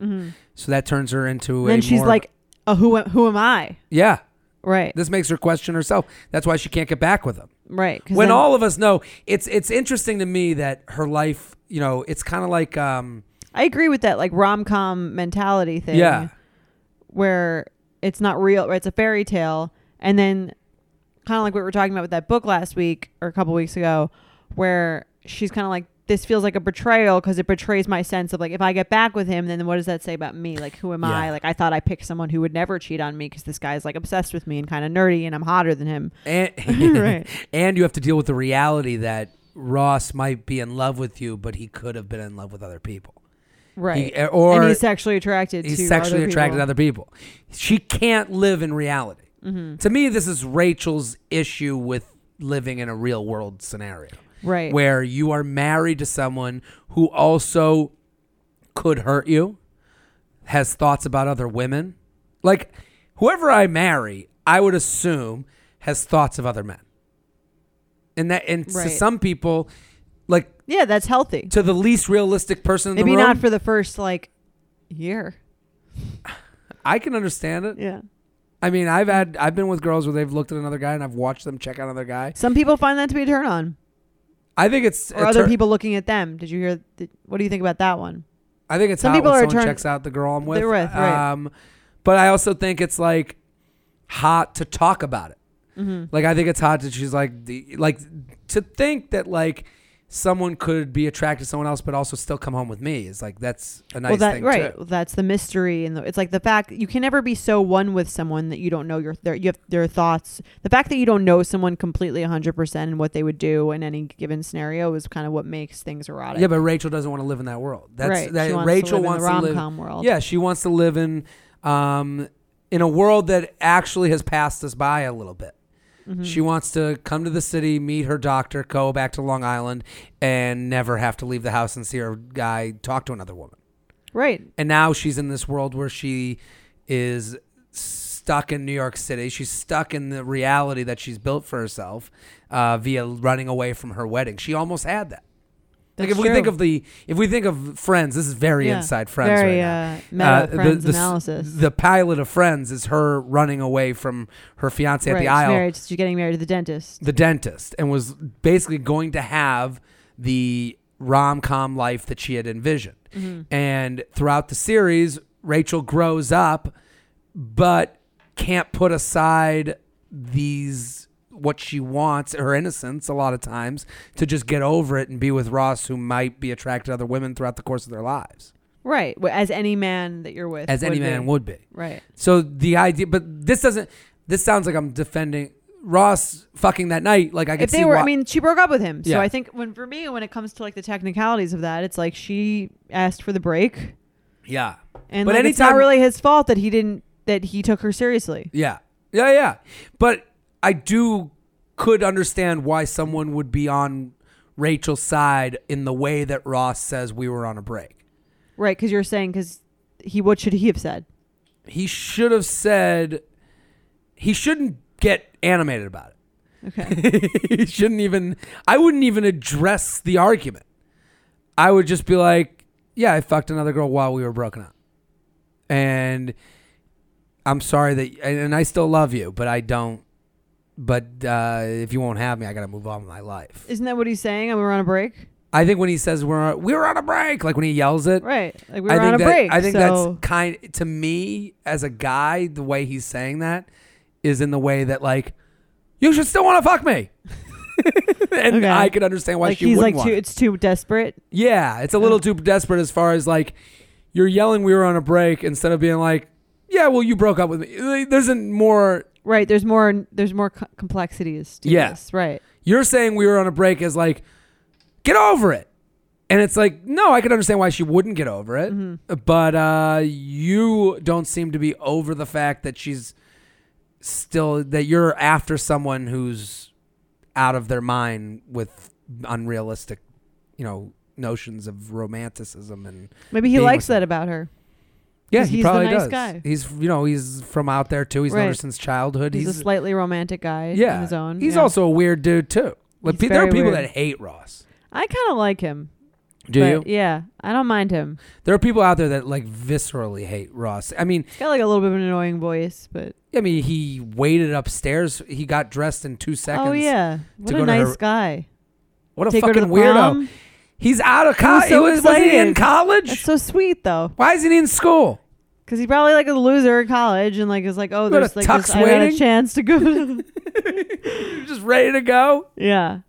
S2: So that turns her into a.
S1: Mm-hmm. then she's
S2: more-
S1: like, oh, who am, who am I?
S2: yeah.
S1: Right.
S2: This makes her question herself. That's why she can't get back with him.
S1: right. 'Cause
S2: When
S1: then-
S2: all of us know, it's it's interesting to me that her life, you know, it's kind of like um
S1: I agree with that like rom com mentality thing.
S2: yeah,
S1: where it's not real, right? It's a fairy tale. And then, kind of like what we were talking about with that book last week or a couple weeks ago, where she's kind of like, this feels like a betrayal because it betrays my sense of like, if I get back with him, then what does that say about me? Like, who am I?
S2: Yeah.
S1: Like, I thought I picked someone who would never cheat on me because this guy's like obsessed with me and kind of nerdy and I'm hotter than him.
S2: and
S1: Right.
S2: and you have to deal with the reality that Ross might be in love with you, but he could have been in love with other people.
S1: Right.
S2: He, or
S1: and he's
S2: he's,
S1: sexually attracted to
S2: sexually
S1: other people.
S2: attracted
S1: Mm-hmm.
S2: to other people. She can't live in reality. To me, this is Rachel's issue with living in a real world scenario.
S1: Right.
S2: where you are married to someone who also could hurt you, has thoughts about other women. Like, whoever I marry, I would assume has thoughts of other men. And that, and to
S1: Right.
S2: some people, like
S1: yeah, that's healthy.
S2: to the least realistic person in
S1: Maybe
S2: the room,
S1: not for the first like year.
S2: I can understand it.
S1: Yeah.
S2: I mean, I've had I've been with girls where they've looked at another guy and I've watched them check out another guy.
S1: Some people find that to be a turn on,
S2: I think it's
S1: or
S2: a
S1: other
S2: tur-
S1: people looking at them. Did you hear? Th- what do you think about that one?
S2: I think it's
S1: some
S2: hot
S1: people
S2: when
S1: are
S2: someone
S1: turn-
S2: checks out the girl I'm with.
S1: They're with, right.
S2: Um, but I also think it's like hot to talk about it. Like I think it's hot that she's like the like to think that like someone could be attracted to someone else but also still come home with me is like that's a nice
S1: well, that
S2: thing
S1: right.
S2: too.
S1: That's the mystery, and the, it's like the fact you can never be so one with someone that you don't know your their you have their thoughts. The fact that you don't know someone completely hundred percent and what they would do in any given scenario is kind of what makes things erotic.
S2: Yeah, but Rachel doesn't want to live in that world. That's
S1: right.
S2: that
S1: she wants
S2: Rachel
S1: to live in
S2: wants
S1: the
S2: to
S1: rom
S2: live
S1: com world.
S2: Yeah, she wants to live in um, in a world that actually has passed us by a little bit.
S1: Mm-hmm.
S2: She wants to come to the city, meet her doctor, go back to Long Island, and never have to leave the house and see her guy talk to another woman.
S1: Right.
S2: And now she's in this world where she is stuck in New York City. She's stuck in the reality that she's built for herself uh, via running away from her wedding. She almost had that. like if
S1: That's
S2: we think
S1: true.
S2: of the if we think of Friends, this is very
S1: Yeah.
S2: inside Friends
S1: Very,
S2: right
S1: uh,
S2: now.
S1: meta
S2: Uh,
S1: friends
S2: the, the s-
S1: analysis.
S2: The pilot of Friends is her running away from her fiance at
S1: right.
S2: the aisle,
S1: She's, married, she's getting married to the dentist.
S2: the dentist, and was basically going to have the rom com life that she had envisioned.
S1: Mm-hmm.
S2: And throughout the series, Rachel grows up, but can't put aside these what she wants her innocence a lot of times to just get over it and be with Ross who might be attracted to other women throughout the course of their lives
S1: Right. Wh- As any man that you're with.
S2: as any
S1: would
S2: man
S1: be.
S2: would be
S1: Right.
S2: so the idea, but this doesn't. This sounds like I'm defending Ross fucking that night. Like I could
S1: if they
S2: see
S1: were,
S2: why-
S1: I mean, she broke up with him. So
S2: Yeah.
S1: I think when for me, when it comes to like the technicalities of that, it's like she asked for the break,
S2: yeah,
S1: and
S2: But
S1: like, it's not
S2: anytime-
S1: really his fault that he didn't that he took her seriously.
S2: yeah, yeah, yeah. But I do could understand why someone would be on Rachel's side in the way that Ross says we were on a break.
S1: Right? Because you're saying because he what should he have said?
S2: He should have said he shouldn't get animated about it.
S1: Okay.
S2: he shouldn't even I wouldn't even address the argument. I would just be like, yeah, I fucked another girl while we were broken up. And I'm sorry that and, and I still love you, but I don't but uh, if you won't have me, I got to move on with my life.
S1: Isn't that what he's saying? And we're on a break.
S2: I think when he says we're we were on a break, like when he yells it,
S1: Right. Like we were
S2: I
S1: on
S2: think
S1: a
S2: that,
S1: break.
S2: I think
S1: so
S2: that's kind to me as a guy. The way he's saying that is in the way that like you should still want to fuck me, and
S1: Okay.
S2: I could understand why
S1: like
S2: she
S1: he's like
S2: wouldn't want.
S1: too.
S2: it.
S1: It's too desperate.
S2: Yeah, it's a little too desperate as far as like you're yelling. We were on a break instead of being like, yeah, well, you broke up with me. Like, There's a more.
S1: Right. There's more. There's more co- complexities. To
S2: Yeah.
S1: This. Right.
S2: You're saying we were on a break as like, get over it. And it's like, no, I can understand why she wouldn't get over it.
S1: Mm-hmm.
S2: But uh, you don't seem to be over the fact that she's still, that you're after someone who's out of their mind with unrealistic, you know, notions of romanticism. And
S1: Maybe he
S2: being
S1: likes
S2: with
S1: that
S2: him.
S1: about her.
S2: yeah,
S1: 'Cause
S2: he
S1: he's the
S2: probably
S1: nice
S2: does.
S1: guy.
S2: He's, you know, he's from out there too. He's known her
S1: Right.
S2: since childhood.
S1: He's,
S2: He's,
S1: a slightly romantic guy
S2: yeah,
S1: on his own.
S2: He's
S1: yeah.
S2: also a weird dude too. Like,
S1: He's
S2: pe- there are
S1: very
S2: people
S1: weird.
S2: that hate Ross.
S1: I kind of like him.
S2: Do you?
S1: but Yeah, I don't mind him.
S2: There are people out there that like viscerally hate Ross. I mean,
S1: He's got like a little bit of an annoying voice, but
S2: I mean, he waited upstairs. He got dressed in two seconds.
S1: oh yeah, what
S2: to
S1: a
S2: go to
S1: nice
S2: her-
S1: guy.
S2: what a
S1: Take her to
S2: fucking
S1: the
S2: weirdo.
S1: prom.
S2: He's out of
S1: was
S2: college.
S1: so
S2: was, was he in
S1: excited.
S2: college?
S1: That's so sweet though,
S2: Why isn't he in school?
S1: because he probably like a loser in college and like is like, oh,
S2: Go to
S1: there's like
S2: Tux
S1: this, I got a
S2: waiting?
S1: chance to go. to-
S2: He's just ready to go.
S1: yeah,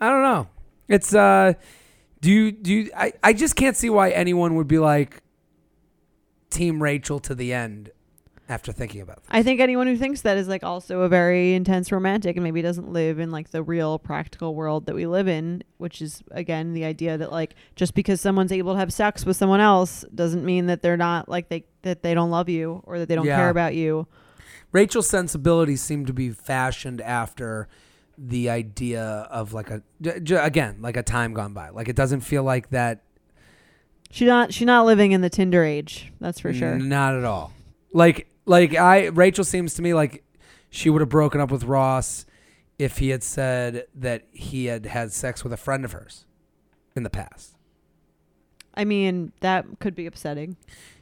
S2: I don't know. It's uh, do you do you, I I just can't see why anyone would be like Team Rachel to the end after thinking about that.
S1: I think anyone who thinks that is like also a very intense romantic and maybe doesn't live in like the real practical world that we live in, which is again the idea that like just because someone's able to have sex with someone else doesn't mean that they're not like they that they don't love you or that they don't
S2: Yeah.
S1: care about you.
S2: Rachel's sensibilities seem to be fashioned after the idea of like a j- j- again like a time gone by. Like it doesn't feel like that
S1: She not she not living in the Tinder age. That's for sure.
S2: Not at all. Like like I Rachel seems to me like she would have broken up with Ross if he had said that he had had sex with a friend of hers in the past.
S1: I mean, that could be upsetting.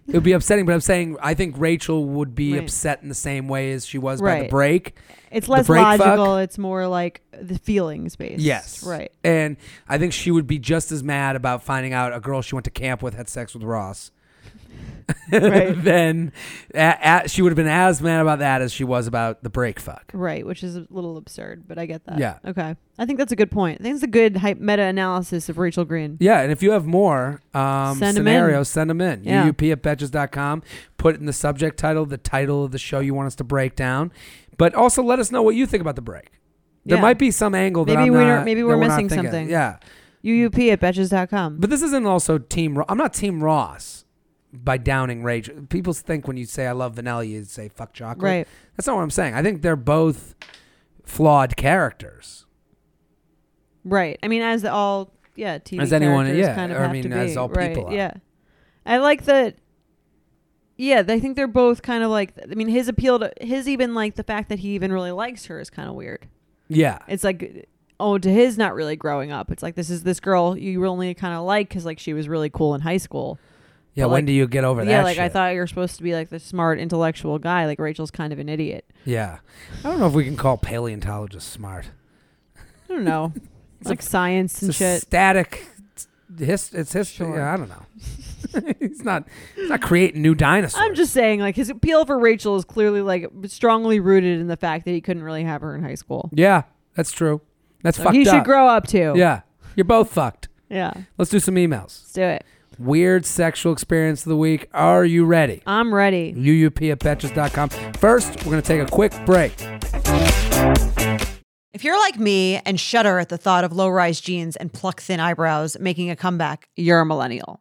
S2: It would be upsetting, but I'm saying I think Rachel would be
S1: Right.
S2: upset in the same way as she was by
S1: Right.
S2: the break.
S1: It's
S2: The
S1: less
S2: break fuck?
S1: logical. It's more like the feelings based.
S2: Yes.
S1: Right.
S2: And I think she would be just as mad about finding out a girl she went to camp with had sex with Ross.
S1: Right.
S2: then a, a, she would have been as mad about that as she was about the break fuck.
S1: Right, which is a little absurd, but I get that.
S2: Yeah.
S1: Okay. I think that's a good point. I think it's a good hype meta analysis of Rachel Green.
S2: Yeah, and if you have more um,
S1: Send 'em in.
S2: scenarios, send them in.
S1: Yeah.
S2: UUP at betches.com. Put it in the subject title, the title of the show you want us to break down. But also let us know what you think about the break. There
S1: Yeah.
S2: might be some angle that
S1: Maybe
S2: I'm
S1: we're
S2: not-
S1: not- maybe
S2: that
S1: we're
S2: not
S1: missing
S2: thinking.
S1: something.
S2: Yeah.
S1: UUP at betches.com.
S2: But this isn't also Team Ro- I'm not Team Ross by downing Rage. People think when you say I love vanilla, you say fuck chocolate.
S1: Right.
S2: That's not what I'm saying. I think they're both flawed characters.
S1: Right. I mean, as the all yeah TV
S2: As anyone-
S1: characters
S2: yeah,
S1: kind of
S2: or I
S1: have
S2: mean,
S1: to be.
S2: as all
S1: right,
S2: people are.
S1: Yeah, I like that. Yeah, I think they're both kind of like. I mean, his appeal to his even like the fact that he even really likes her is kind of weird.
S2: Yeah.
S1: It's like, oh, to his not really growing up. It's like this is this girl you only kind of like because like she was really cool in high school.
S2: Yeah.
S1: But,
S2: when
S1: like-
S2: do you get over that?
S1: yeah, like I
S2: shit?
S1: thought you're supposed to be like the smart intellectual guy. Like Rachel's kind of an idiot.
S2: Yeah. I don't know if we can call paleontologists smart.
S1: I don't know,
S2: It's a-
S1: like science and
S2: It's a
S1: shit.
S2: static. His, it's history.
S1: Sure.
S2: Yeah, I don't know. he's not. He's not creating new dinosaurs.
S1: I'm just saying, like his appeal for Rachel is clearly like strongly rooted in the fact that he couldn't really have her in high school.
S2: Yeah, that's true. That's
S1: So
S2: fucked
S1: he
S2: up.
S1: should grow up too.
S2: Yeah, you're both fucked.
S1: yeah.
S2: Let's do some emails.
S1: Let's do it.
S2: Weird sexual experience of the week. Are you ready?
S1: I'm ready.
S2: UUP at betches.com. First, we're going to take a quick break.
S1: If you're like me and shudder at the thought of low rise jeans and pluck thin eyebrows making a comeback, you're a millennial.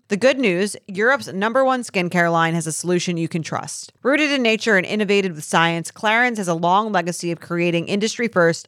S1: The good news Europe's number one skincare line has a solution you can trust. Rooted in nature and innovated with science, Clarins has a long legacy of creating industry first,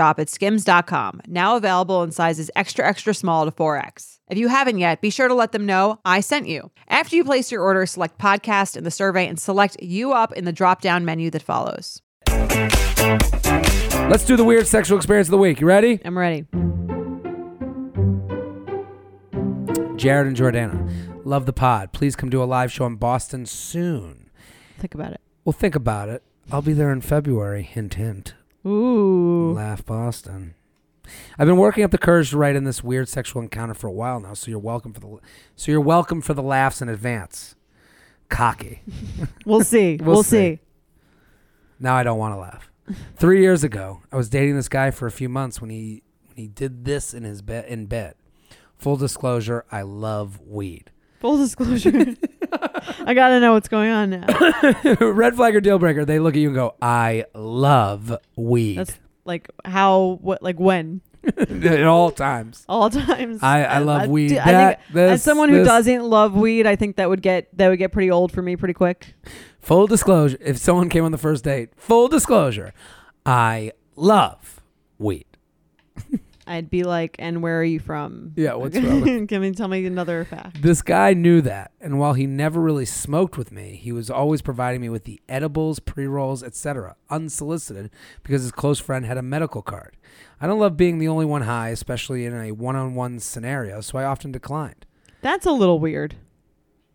S1: at skims.com, now available in sizes extra, extra small to 4X. If you haven't yet, be sure to let them know I sent you. After you place your order, select podcast in the survey and select you up in the drop down menu that follows.
S2: Let's do the weird sexual experience of the week. You ready?
S1: I'm ready.
S2: Jared and Jordana, love the pod. Please come do a live show in Boston soon.
S1: Think about it.
S2: Well, think about it. I'll be there in February. Hint, hint.
S1: Ooh.
S2: Laugh Boston. I've been working up the courage to write in this weird sexual encounter for a while now, so you're welcome for the so you're welcome for the laughs in advance. Cocky.
S1: We'll see.
S2: We'll We'll see. Now I don't want to laugh. Three years ago, I was dating this guy for a few months when he when he did this in his bed in bed. Full disclosure, I love weed.
S3: Full disclosure. I gotta know what's going on now.
S2: Red flag or deal breaker, they look at you and go, I love weed
S3: That's like how, what, like when,
S2: at all times.
S3: all times.
S2: I- I love weed.
S3: do- I
S2: That-
S3: think as
S2: this-
S3: someone who
S2: this-
S3: doesn't love weed, I think that would get that would get pretty old for me pretty quick.
S2: Full disclosure, if someone came on the first date, full disclosure, I love weed.
S3: I'd be like, and where are you from?
S2: Yeah, what's wrong with-
S3: Can you tell me another fact?
S2: This guy knew that, and while he never really smoked with me, he was always providing me with the edibles, pre-rolls, etc., unsolicited because his close friend had a medical card. I don't love being the only one high, especially in a one-on-one scenario, so I often declined.
S3: That's a little weird.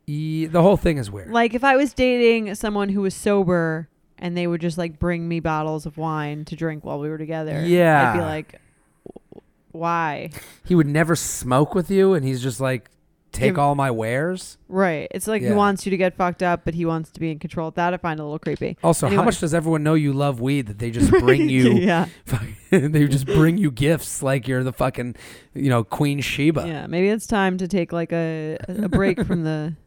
S2: E- the whole thing is weird.
S3: Like if I was dating someone who was sober and they would just like bring me bottles of wine to drink while we were together.
S2: Yeah.
S3: I'd be like, "Wh- why?
S2: He would never smoke with you, and he's just like, take
S3: Give-
S2: all my wares.
S3: Right. It's like
S2: Yeah.
S3: he wants you to get fucked up, but he wants to be in control. That I find a little creepy.
S2: Also,
S3: Anyway.
S2: how much does everyone know you love weed that they just bring you?
S3: yeah.
S2: they just bring you gifts like you're the fucking, you know, Queen Sheba.
S3: Yeah. Maybe it's time to take like a, a break from the.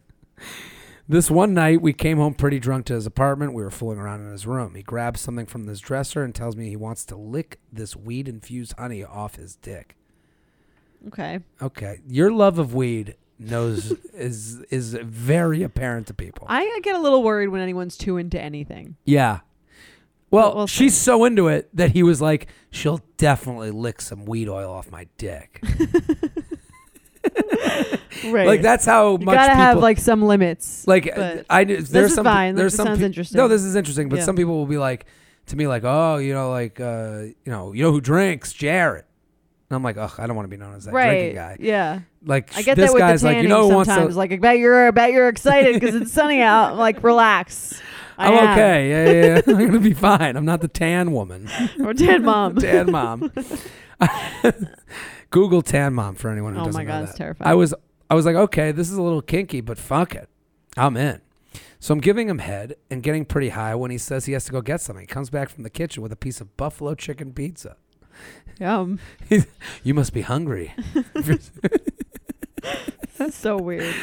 S2: This one night, we came home pretty drunk to his apartment. We were fooling around in his room. He grabs something from his dresser and tells me he wants to lick this weed infused honey off his dick.
S3: Okay.
S2: Okay, your love of weed knows is is very apparent to people.
S3: I I get a little worried when anyone's too into anything.
S2: yeah. Well,
S3: But we'll
S2: she's so into it that he was like, "She'll definitely lick some weed oil off my dick."
S3: Right.
S2: Like that's how
S3: You
S2: much
S3: gotta
S2: people
S3: have like some limits.
S2: like
S3: But
S2: I knew there's
S3: is
S2: some
S3: fine. Like,
S2: there's
S3: this
S2: some
S3: sounds
S2: pe-
S3: interesting.
S2: No, this is interesting, but
S3: Yeah.
S2: some people will be like to me like, "Oh, you know like uh, you know, you know who drinks? Jarrett." And I'm like, "Ugh, I don't want to be known as that
S3: right.
S2: drinking guy."
S3: Yeah.
S2: Like
S3: I get
S2: this
S3: that with
S2: guy's
S3: the tanning
S2: like, "You know who wants
S3: sometimes.
S2: to
S3: Like, I bet you're, I bet you're excited because it's sunny out. I'm like, relax. I
S2: I'm
S3: am.
S2: okay. Yeah, yeah, yeah. I'm going to be fine. I'm not the tan woman.
S3: Or dead mom.
S2: tan mom. Google tan mom for anyone who
S3: Oh
S2: doesn't
S3: my
S2: know
S3: God,
S2: that.
S3: it's terrifying.
S2: I was I was like, okay, this is a little kinky, but fuck it, I'm in. So I'm giving him head and getting pretty high when he says he has to go get something. He comes back from the kitchen with a piece of buffalo chicken pizza.
S3: Yum.
S2: You must be hungry.
S3: That's so weird.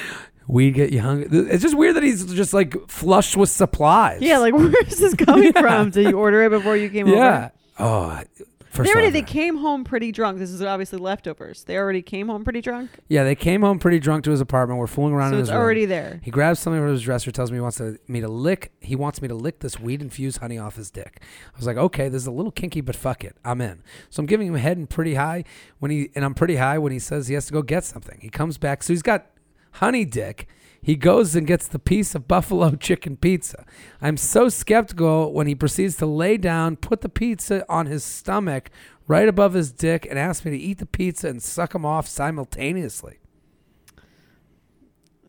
S2: We'd get you hungry. It's just weird that he's just like flush with supplies.
S3: Yeah, like where is this coming from? Did you order it before you came over?
S2: yeah. Oh, I- first
S3: They already
S2: off,
S3: they came home pretty drunk. This is obviously leftovers. They already came home pretty drunk.
S2: yeah, they came home pretty drunk to his apartment. We're fooling around
S3: So
S2: in
S3: it's
S2: his room.
S3: already there.
S2: He grabs something from his dresser, tells me he wants to, me to lick. He wants me to lick this weed-infused honey off his dick. I was like, okay, this is a little kinky, but fuck it, I'm in. So I'm giving him head and pretty high when he, and I'm pretty high when he says he has to go get something. He comes back, so he's got honey dick. He goes and gets the piece of buffalo chicken pizza. I'm so skeptical when he proceeds to lay down, put the pizza on his stomach right above his dick, and asks me to eat the pizza and suck him off simultaneously.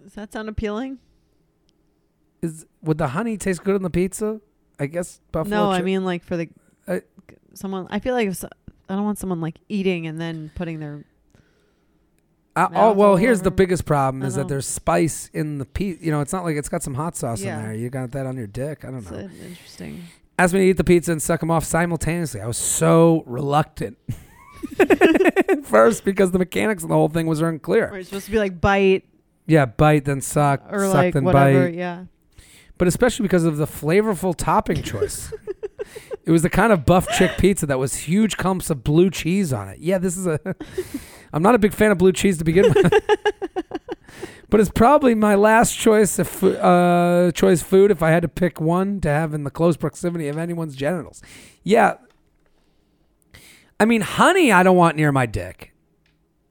S3: Does that sound appealing?
S2: Is would the honey taste good on the pizza? I guess buffalo.
S3: no, I
S2: chi-
S3: mean like for the
S2: I-
S3: someone. I feel like if so, I don't want someone like eating and then putting their.
S2: I,
S3: Now
S2: oh
S3: it's
S2: well.
S3: all
S2: Here's the
S3: over.
S2: biggest problem
S3: I
S2: is that
S3: know.
S2: there's spice in the pizza. You know, it's not like it's got some hot sauce
S3: Yeah.
S2: in there. You got that on your dick. I don't
S3: It's
S2: know.
S3: uh, interesting.
S2: Asked me to eat the pizza and suck him off simultaneously. I was so reluctant. First, because the mechanics of the whole thing was unclear.
S3: Or it's supposed to be like bite
S2: Yeah, bite then suck,
S3: or
S2: suck
S3: like
S2: then
S3: whatever.
S2: bite.
S3: Yeah.
S2: But especially because of the flavorful topping choice. it was the kind of buff chick pizza that was huge clumps of blue cheese on it. Yeah, this is a. I'm not a big fan of blue cheese to begin with, but it's probably my last choice of fo- uh, choice food if I had to pick one to have in the close proximity of anyone's genitals. Yeah, I mean, honey, I don't want near my dick.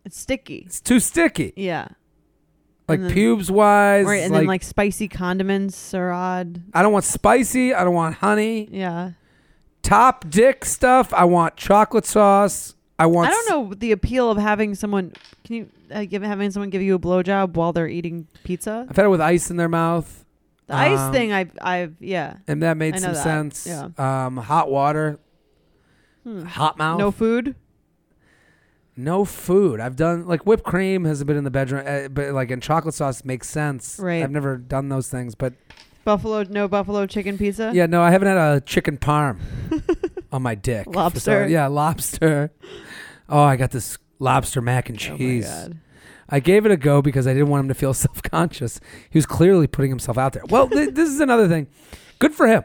S3: It's sticky.
S2: It's too sticky.
S3: Yeah.
S2: Like
S3: then-
S2: pubes wise,
S3: Right, and
S2: like,
S3: then like spicy condiments are odd.
S2: I don't want spicy. I don't want honey.
S3: Yeah.
S2: top dick stuff. I want chocolate sauce. I want.
S3: I don't know the appeal of having someone. Can you uh, give having someone give you a blowjob while they're eating pizza?
S2: I've had it with ice in their mouth,
S3: The ice
S2: Um,
S3: thing, I've, I've, yeah.
S2: and that
S3: I
S2: made some
S3: know that.
S2: sense.
S3: Yeah.
S2: Um, hot water,
S3: Hmm.
S2: hot mouth.
S3: No food.
S2: No food. I've done like whipped cream has been in the bedroom, uh, but like and chocolate sauce makes sense.
S3: Right.
S2: I've never done those things, but
S3: Buffalo, no buffalo chicken pizza.
S2: yeah, no, I haven't had a chicken parm on my dick. for some-
S3: Lobster.
S2: yeah, lobster. Oh, I got this lobster mac and
S3: Oh my
S2: cheese.
S3: God.
S2: I gave it a go because I didn't want him to feel self conscious. He was clearly putting himself out there. Well, th- this is another thing. Good for him.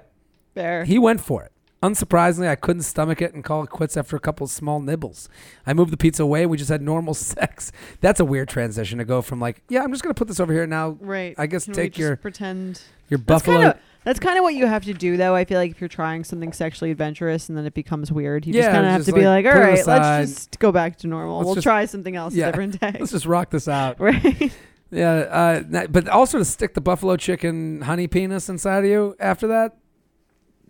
S3: Fair.
S2: He went for it. Unsurprisingly, I couldn't stomach it and call it quits after a couple small nibbles. I moved the pizza away. We just had normal sex. That's a weird transition to go from like, yeah, I'm just gonna put this over here now.
S3: right.
S2: I guess
S3: Can we
S2: take
S3: just
S2: your-
S3: pretend.
S2: Your
S3: That's
S2: buffalo.
S3: kind of that's kind of what you have to do though. I feel like if you're trying something sexually adventurous and then it becomes weird, you
S2: Yeah,
S3: just kind of have
S2: just
S3: to be
S2: like,
S3: like,
S2: put
S3: all
S2: it
S3: right,
S2: aside.
S3: let's just go back to normal.
S2: Let's
S3: we'll
S2: just-
S3: try something else
S2: yeah.
S3: a different day.
S2: Let's just rock this out.
S3: right.
S2: Yeah, uh, not- but also to stick the buffalo chicken honey penis inside of you after that.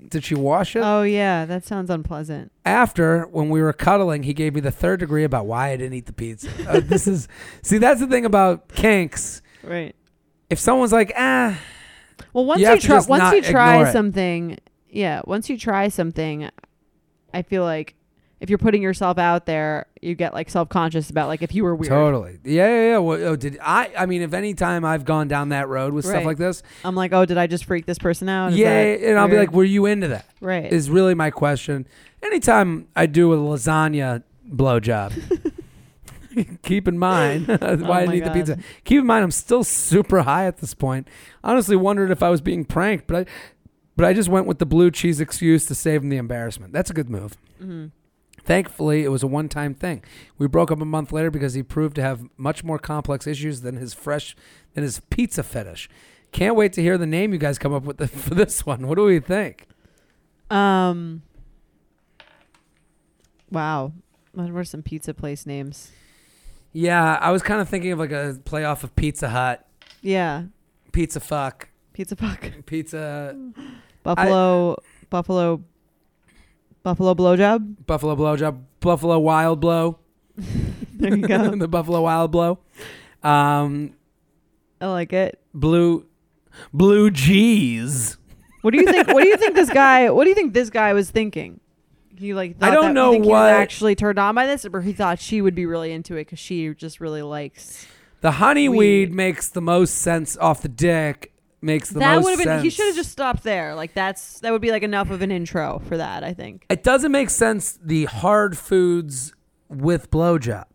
S2: Did she wash it?
S3: Oh yeah, that sounds unpleasant.
S2: after, when we were cuddling, he gave me the third degree about why I didn't eat the pizza. Uh, this is see, that's the thing about kinks.
S3: Right.
S2: If someone's like, ah,
S3: Well, once
S2: You
S3: you,
S2: have to
S3: try
S2: just not
S3: once you
S2: ignore it.
S3: try something, yeah, once you try something, I feel like if you're putting yourself out there, you get like self-conscious about like if you were weird.
S2: Totally. Yeah, yeah, yeah. Well, oh, did I? I mean, if any time I've gone down that road with stuff
S3: Right.
S2: like this,
S3: I'm like, "Oh, did I just freak this person out?" Is
S2: yeah,
S3: that
S2: and I'll be
S3: weird?
S2: like, "Were you into that?"
S3: right.
S2: Is really my question. Anytime I do a lasagna blowjob, keep in mind why I
S3: Oh my
S2: need the
S3: God.
S2: pizza. Keep in mind, I'm still super high at this point. Honestly, wondered if I was being pranked, but I, but I just went with the blue cheese excuse to save him the embarrassment. That's a good move.
S3: Mhm.
S2: Thankfully, it was a one time thing. We broke up a month later because he proved to have much more complex issues than his fresh than his pizza fetish. Can't wait to hear the name you guys come up with for this one. What do we think?
S3: Um. Wow, what were some pizza place names?
S2: Yeah, I was kind of thinking of like a playoff of Pizza Hut,
S3: Yeah,
S2: Pizza Fuck,
S3: pizza puck,
S2: Pizza
S3: buffalo, buffalo, buffalo blowjob.
S2: Buffalo Blowjob, Buffalo Wild Blow,
S3: There you go.
S2: the Buffalo Wild Blow, um,
S3: I like it.
S2: Blue Blue Cheese.
S3: What do you think? What do you think this guy? What do you think this guy was thinking? He like
S2: I
S3: thought
S2: don't
S3: that- you
S2: know
S3: think he was
S2: what-
S3: actually turned on by this, or he thought she would be really into it because she just really likes.
S2: The honey weed.
S3: Weed.
S2: makes the most sense off the dick. Makes the
S3: that
S2: most
S3: would have been.
S2: sense.
S3: He should have just stopped there. Like that's that would be like enough of an intro for that. I think.
S2: It doesn't make sense. The hard foods with blowjob.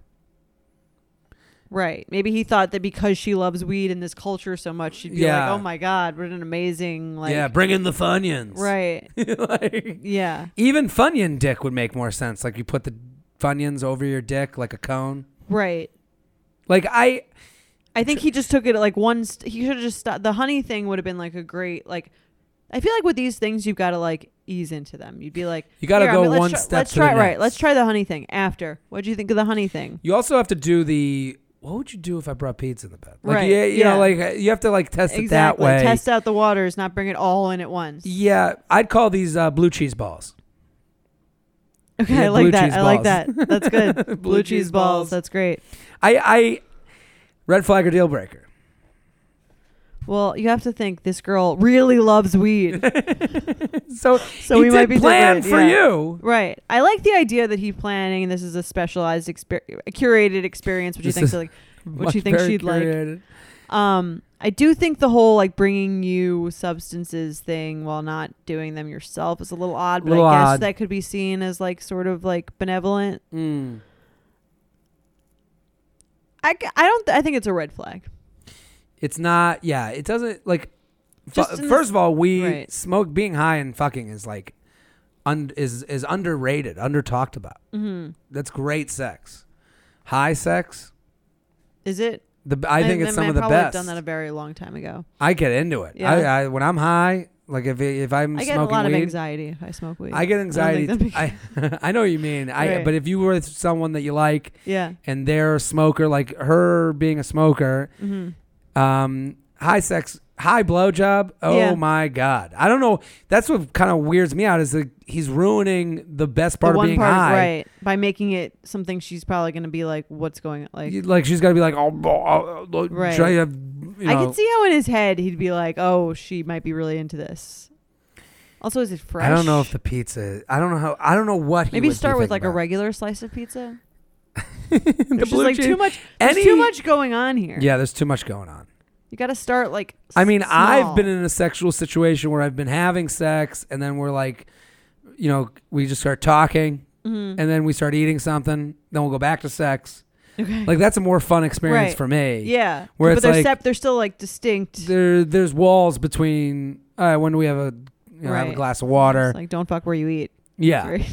S3: Right. Maybe he thought that because she loves weed and this culture so much, she'd be
S2: Yeah.
S3: like, "Oh my god, what an amazing like."
S2: yeah, bring in the funyuns.
S3: Right.
S2: like,
S3: Yeah.
S2: even funyun dick would make more sense. Like you put the funyuns over your dick like a cone.
S3: Right.
S2: Like I,
S3: I think he just took it like one. St- he should have just stopped. The honey thing would have been like a great like. I feel like with these things you've got to like ease into them. You'd be like,
S2: You gotta
S3: "Here,
S2: go
S3: I mean, let's
S2: one
S3: try-
S2: step
S3: Let's
S2: to the
S3: try it right.
S2: next."
S3: Let's try the honey thing after. What do you think of the honey thing?
S2: you also have to do the. What would you do if I brought pizza in the bed? Like,
S3: Right,
S2: Yeah, you
S3: yeah.
S2: know, like uh, you have to like test it that
S3: exactly.
S2: way.
S3: Test out the waters, not bring it all in at once.
S2: yeah, I'd call these uh, blue cheese balls.
S3: Okay,
S2: Yeah,
S3: I like
S2: blue
S3: that.
S2: cheese
S3: I like
S2: balls.
S3: that. That's good. blue,
S2: Blue
S3: cheese,
S2: cheese balls.
S3: balls. That's great.
S2: I, I, red flag or deal breaker.
S3: Well, you have to think this girl really loves weed.
S2: So,
S3: So
S2: he
S3: we
S2: did
S3: might be
S2: plan
S3: different,
S2: for
S3: yeah.
S2: you.
S3: Right. I like the idea that he's planning. This is a specialized, exper- a curated experience, which you
S2: This
S3: think
S2: is
S3: so, like.
S2: What
S3: you think she'd like? Um, I do think the whole like bringing you substances thing while not doing them yourself is a little odd, but
S2: Little
S3: I guess
S2: odd.
S3: that could be seen as like sort of like benevolent.
S2: Mm.
S3: I, c- I don't. I think it's a red flag.
S2: It's not. Yeah, it doesn't like. fu-
S3: Just in
S2: first of all, we
S3: right.
S2: smoke being high and fucking is like, un, is is underrated, under talked about.
S3: Mm-hmm.
S2: That's great sex. High sex.
S3: Is it?
S2: The I think
S3: then
S2: it's some
S3: I
S2: of the
S3: probably
S2: best.
S3: Done that a very long time ago.
S2: I get into it.
S3: Yeah.
S2: I, I when I'm high, like if if I'm
S3: I get a
S2: smoking
S3: lot
S2: weed,
S3: of anxiety if I smoke weed.
S2: I get
S3: think that'd
S2: anxiety.
S3: be-
S2: I I know what you mean. I
S3: Right.
S2: but if you were with someone that you like
S3: yeah.
S2: and they're a smoker, like her being a smoker,
S3: Mm-hmm.
S2: um, high sex, high blowjob. Oh
S3: Yeah.
S2: my god! I don't know. That's what kind of weirds me out is that he's ruining the best part of
S3: the one
S2: being
S3: part,
S2: high.
S3: right? By making it something she's probably gonna be like, "What's going on?" Like,
S2: You- Like she's got to be like, oh, oh, oh,
S3: Right.
S2: try to have, you
S3: I
S2: know,
S3: could see how in his head he'd be like, "Oh, she might be really into this." Also, is it fresh?
S2: I don't know if the pizza. I don't know how. I don't know what. He
S3: maybe
S2: would be
S3: start with
S2: thinking
S3: like a
S2: about.
S3: regular slice of pizza.
S2: the
S3: There's just
S2: blue
S3: like
S2: cheese-
S3: too much. There's
S2: any-
S3: too much going on here.
S2: Yeah, there's too much going on.
S3: you got to start like.
S2: I mean,
S3: s-
S2: I've
S3: small.
S2: been in a sexual situation where I've been having sex, and then we're like, you know, we just start talking,
S3: Mhm.
S2: and then we start eating something, then we'll go back to sex, Okay. Like that's a more fun experience
S3: Right.
S2: for me.
S3: Mm-hmm. Yeah.
S2: Where
S3: but
S2: it's
S3: they're
S2: like-
S3: sep- they're still like distinct.
S2: There, there's walls between. All right, when do we have a, you know, have a
S3: Right.
S2: glass of water?
S3: It's like don't fuck where you eat.
S2: yeah,
S3: Right?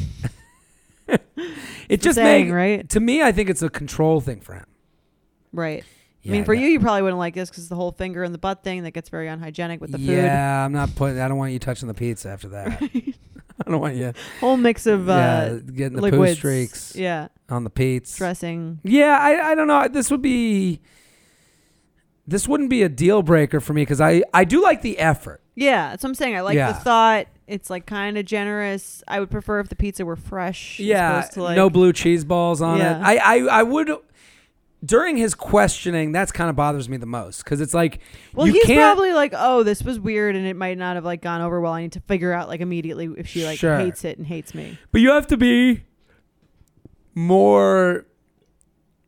S2: it just
S3: saying,
S2: makes.
S3: right?
S2: To me, I think it's a control thing for him.
S3: Right.
S2: Yeah,
S3: I mean, for
S2: that-
S3: you, you probably wouldn't like this because the whole finger in the butt thing that gets very unhygienic with the
S2: Yeah, I'm not putting. I don't want you touching the pizza after that. I don't want you.
S3: food. Whole mix of
S2: yeah,
S3: uh,
S2: getting the poo
S3: liquids.
S2: streaks
S3: Yeah.
S2: on the pizza.
S3: Dressing.
S2: Yeah, I, I don't know. This would be. This wouldn't be a deal breaker for me because I, I do like the effort.
S3: Yeah. That's what I'm saying. I like
S2: Yeah.
S3: the thought. It's like kind of generous. I would prefer if the pizza were fresh. as
S2: Yeah,
S3: opposed to, like,
S2: no blue cheese balls on
S3: Yeah.
S2: it. I, I, I would. During his questioning, that's kind of bothers me the most because it's like
S3: Well,
S2: you
S3: he's
S2: can't.
S3: probably like, oh, this was weird, and it might not have like gone over well. I need to figure out like immediately if she like
S2: Sure.
S3: hates it and hates me.
S2: but you have to be more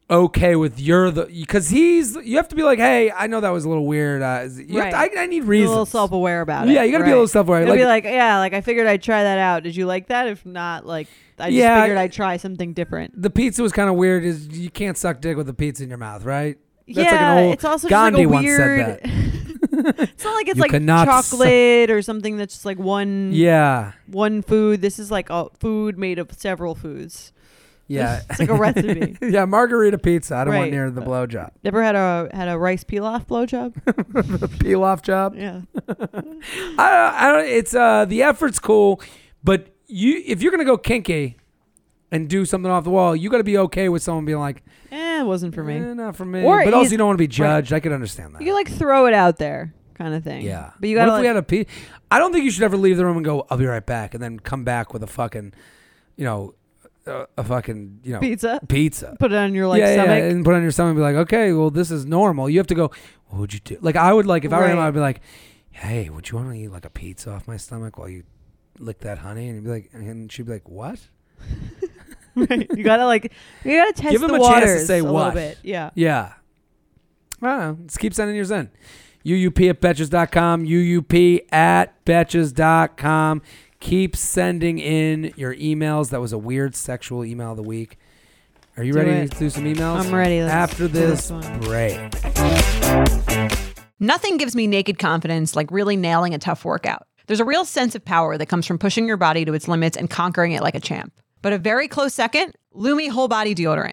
S2: okay with your the because he's you have to be like, hey, I know that was a little weird. Uh, is- you have
S3: Right.
S2: to, I, I need
S3: Be
S2: reasons.
S3: A little self-aware about it.
S2: yeah, you got to be a little self-aware.
S3: It'd
S2: Like,
S3: be like, yeah, like I figured I'd try that out. Did you like that? If not, like I just
S2: Yeah,
S3: figured
S2: I-
S3: I'd try something different.
S2: the pizza was kind of weird. Is you can't suck dick with a pizza in your mouth, right? That's like an
S3: yeah,
S2: old-
S3: it's also
S2: Gandhi
S3: just like a
S2: once said
S3: weird. it's not like it's
S2: You
S3: like
S2: cannot suck-
S3: chocolate or something that's just like one
S2: Yeah,
S3: one food. This is like a food made of several foods.
S2: yeah,
S3: it's like a recipe.
S2: yeah. Margarita pizza. I don't
S3: Right.
S2: want near the blowjob,
S3: Never had a had a rice pilaf blowjob.
S2: peel off job.
S3: yeah.
S2: I, I don't. It's uh the effort's cool, but you if you're gonna go kinky and do something off the wall, you got to be okay with someone being like,
S3: Eh, it wasn't for me.
S2: "Eh, not for me.
S3: Or
S2: but also
S3: he's-
S2: you don't want to be judged. I could understand that.
S3: You can like throw it out there, kind of thing.
S2: yeah,
S3: But you
S2: What
S3: gotta
S2: if
S3: like,
S2: we had a pe- I don't think you should ever leave the room and go. I'll be right back, and then come back with a fucking, you know, a, a fucking you know
S3: pizza,
S2: pizza.
S3: put it on your like
S2: yeah, yeah,
S3: stomach.
S2: and put it on your stomach and be like, okay, well, this is normal. You have to go, what would you do? Like, I would like, if I were him,
S3: Right.
S2: I'd be like, hey, would you want to eat like a pizza off my stomach while you lick that honey? And he'd be like, and she'd be like, what?
S3: Right. You gotta like, you gotta test
S2: Give him
S3: the
S2: a chance to
S3: waters
S2: say
S3: a little
S2: what.
S3: bit. Yeah.
S2: Yeah. I don't know. Just keep sending yours in. UUP at betches.com. UUP at betches.com. Keep sending in your emails. That was a weird sexual email of the week. Are you
S3: Do
S2: ready
S3: it.
S2: to do some emails?
S3: I'm ready. Let's
S2: After
S3: do
S2: this
S3: this one.
S2: break.
S1: Nothing gives me naked confidence like really nailing a tough workout. There's a real sense of power that comes from pushing your body to its limits and conquering it like a champ. But a very close second, Lumi Whole Body Deodorant.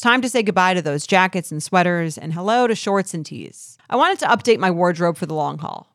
S1: time to say goodbye to those jackets and sweaters and hello to shorts and tees. I wanted to update my wardrobe for the long haul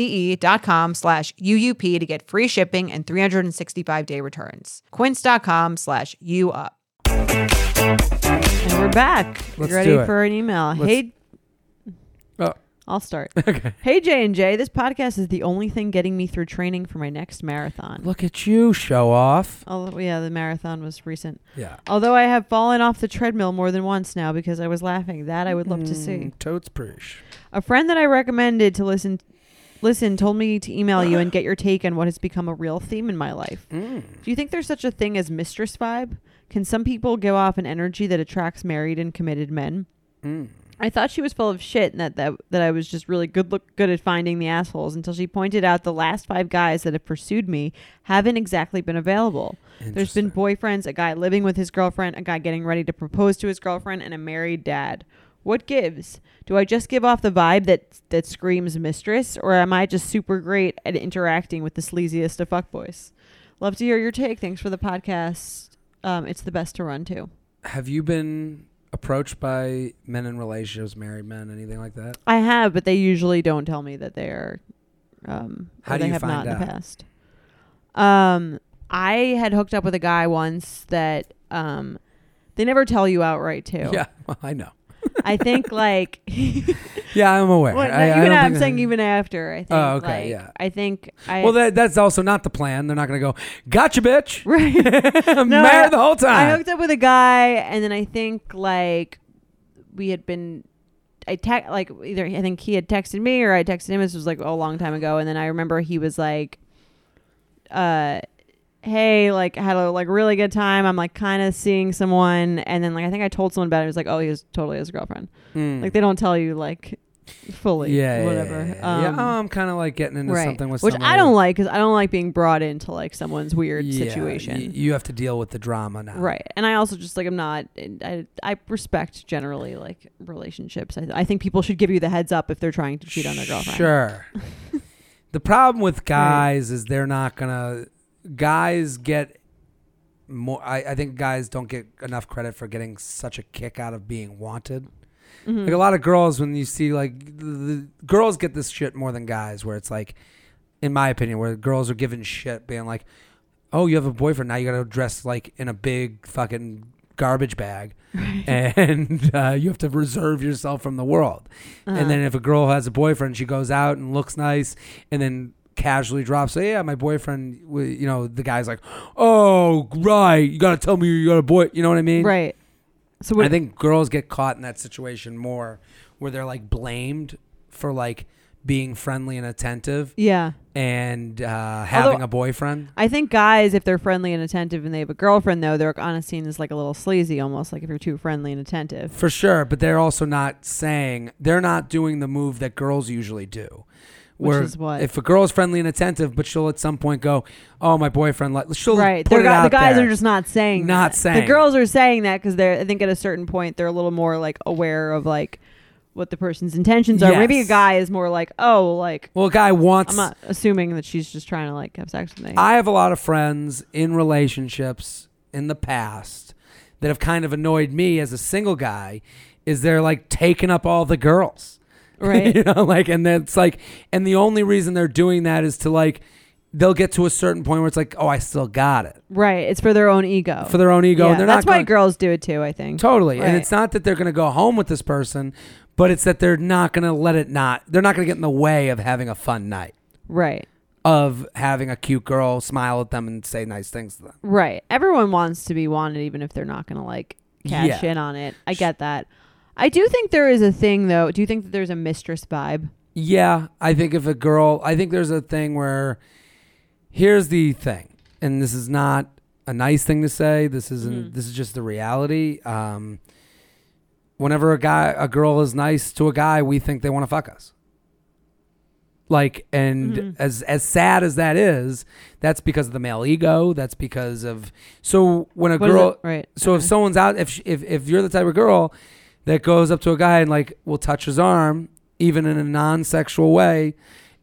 S1: E dot com slash UUP to get free shipping and 365 day returns. Quince.com slash UUP.
S3: And we're back.
S2: Let's
S3: you ready
S2: do it.
S3: for an email? hey,
S2: Oh.
S3: I'll start.
S2: Okay.
S3: Hey J and J, this podcast is the only thing getting me through training for my next marathon.
S2: Look at you, show off.
S3: Although, yeah, the marathon was recent.
S2: Yeah.
S3: Although I have fallen off the treadmill more than once now because I was laughing. That I would love to see.
S2: Mm, Totes Prush.
S3: A friend that I recommended to listen listen told me to email you and get your take on what has become a real theme in my life.
S2: Mm,
S3: Do you think there's such a thing as mistress vibe? Can some people give off an energy that attracts married and committed men?
S2: mm.
S3: I thought she was full of shit and that, that that I was just really good look good at finding the assholes until she pointed out the last five guys that have pursued me haven't exactly been available. There's been boyfriends, a guy living with his girlfriend, a guy getting ready to propose to his girlfriend, and a married dad. What gives? Do I just give off the vibe that that screams mistress, or am I just super great at interacting with the sleaziest of fuckboys? Love to hear your take. Thanks for the podcast. Um, it's the best to run to.
S2: Have you been approached by men in relationships, married men, anything like that?
S3: I have, but they usually don't tell me that they are. Um, or
S2: How do
S3: they
S2: you
S3: have not
S2: find
S3: in the
S2: out?
S3: past. Um, I had hooked up with a guy once that um, they never tell you outright to.
S2: Yeah, well, I know.
S3: I think like
S2: Yeah, I'm aware.
S3: Well,
S2: I,
S3: no,
S2: I
S3: even
S2: don't
S3: I'm
S2: think
S3: saying
S2: that-
S3: even after. I think.
S2: Oh, okay,
S3: like,
S2: yeah.
S3: I think I.
S2: Well, that, that's also not the plan. They're not going to go, gotcha, bitch.
S3: right.
S2: I'm
S3: No,
S2: married the whole time.
S3: I hooked up with a guy, and then I think like we had been. I te- like either I think he had texted me or I texted him. This was like a long time ago, and then I remember he was like, "Uh, hey, like had a like really good time. I'm like kind of seeing someone, and then like I think I told someone about it. It was like, oh, he was totally his girlfriend.
S2: Mm.
S3: Like they don't tell you like fully,
S2: yeah,
S3: whatever.
S2: Yeah, yeah, yeah.
S3: Um,
S2: oh, I'm kind of like getting into something with
S3: which
S2: somebody.
S3: I don't like because I don't like being brought into like someone's weird
S2: Yeah,
S3: situation.
S2: y- you have to deal with the drama now.
S3: Right, and I also just like I'm not. eh, I I respect generally like relationships. I, I think people should give you the heads up if they're trying to cheat on their girlfriend.
S2: Sure. the problem with guys is they're not gonna. Guys get more. I, I think guys don't get enough credit for getting such a kick out of being wanted.
S3: Mm-hmm.
S2: Like a lot of girls, when you see like the, the girls get this shit more than guys, where it's like, in my opinion, where girls are given shit, being like, "Oh, you have a boyfriend now. You gotta dress like in a big fucking garbage bag, and uh, you have to reserve yourself from the world."
S3: Uh-huh.
S2: And then if a girl has a boyfriend, she goes out and looks nice, and then casually drops, "Oh, "Yeah, my boyfriend." w- You know, the guy's like, "Oh, right. You gotta tell me you got a boy." You know what I mean?
S3: Right. So what,
S2: I think girls get caught in that situation more, where they're like blamed for like being friendly and attentive
S3: yeah,
S2: and uh, having
S3: Although-
S2: a boyfriend.
S3: I think guys if they're friendly and attentive and they have a girlfriend though they're kind of seen as like a little sleazy almost like if you're too friendly and attentive.
S2: For sure, but they're also not saying they're not doing the move that girls usually do.
S3: Which is what?
S2: if a girl's friendly and attentive, but she'll at some point go, "Oh, my boyfriend," like she'll
S3: Right,
S2: put
S3: they're
S2: it
S3: gu-
S2: out
S3: the guys
S2: there.
S3: are just not saying
S2: Not
S3: that.
S2: saying.
S3: the girls are saying that because they're I think at a certain point they're a little more like aware of like what the person's intentions are. Maybe a
S2: Yes.
S3: guy is more like oh like
S2: well, a guy wants.
S3: I'm not assuming that she's just trying to like have sex with me.
S2: I have a lot of friends in relationships in the past that have kind of annoyed me as a single guy. Is they're like taking up all the girls.
S3: right.
S2: you know, like, and that's like, and the only reason they're doing that is to like, they'll get to a certain point where it's like, oh, I still got it
S3: Right. It's for their own ego.
S2: for their own ego.
S3: Yeah,
S2: and they're
S3: that's
S2: not
S3: why
S2: going,
S3: girls do it too, I think.
S2: totally. And
S3: Right.
S2: it's not that they're going to go home with this person, but it's that they're not going to let it not, they're not going to get in the way of having a fun night,
S3: Right.
S2: of having a cute girl smile at them and say nice things to them.
S3: Right. Everyone wants to be wanted even if they're not going to like cash
S2: Yeah.
S3: in on it. I get that. I do think there is a thing though. Do you think that there's a mistress vibe?
S2: Yeah, I think if a girl, I think there's a thing where here's the thing, and this is not a nice thing to say. This isn't.
S3: Mm-hmm.
S2: This is just the reality. Um, whenever a guy, a girl is nice to a guy, we think they want to fuck us. Like and
S3: Mm-hmm.
S2: as as sad as that is, that's because of the male ego. That's because of so when a
S3: What is
S2: girl
S3: it? Right.
S2: so if someone's out, if, sh- if if you're the type of girl that goes up to a guy and like will touch his arm, even in a non-sexual way,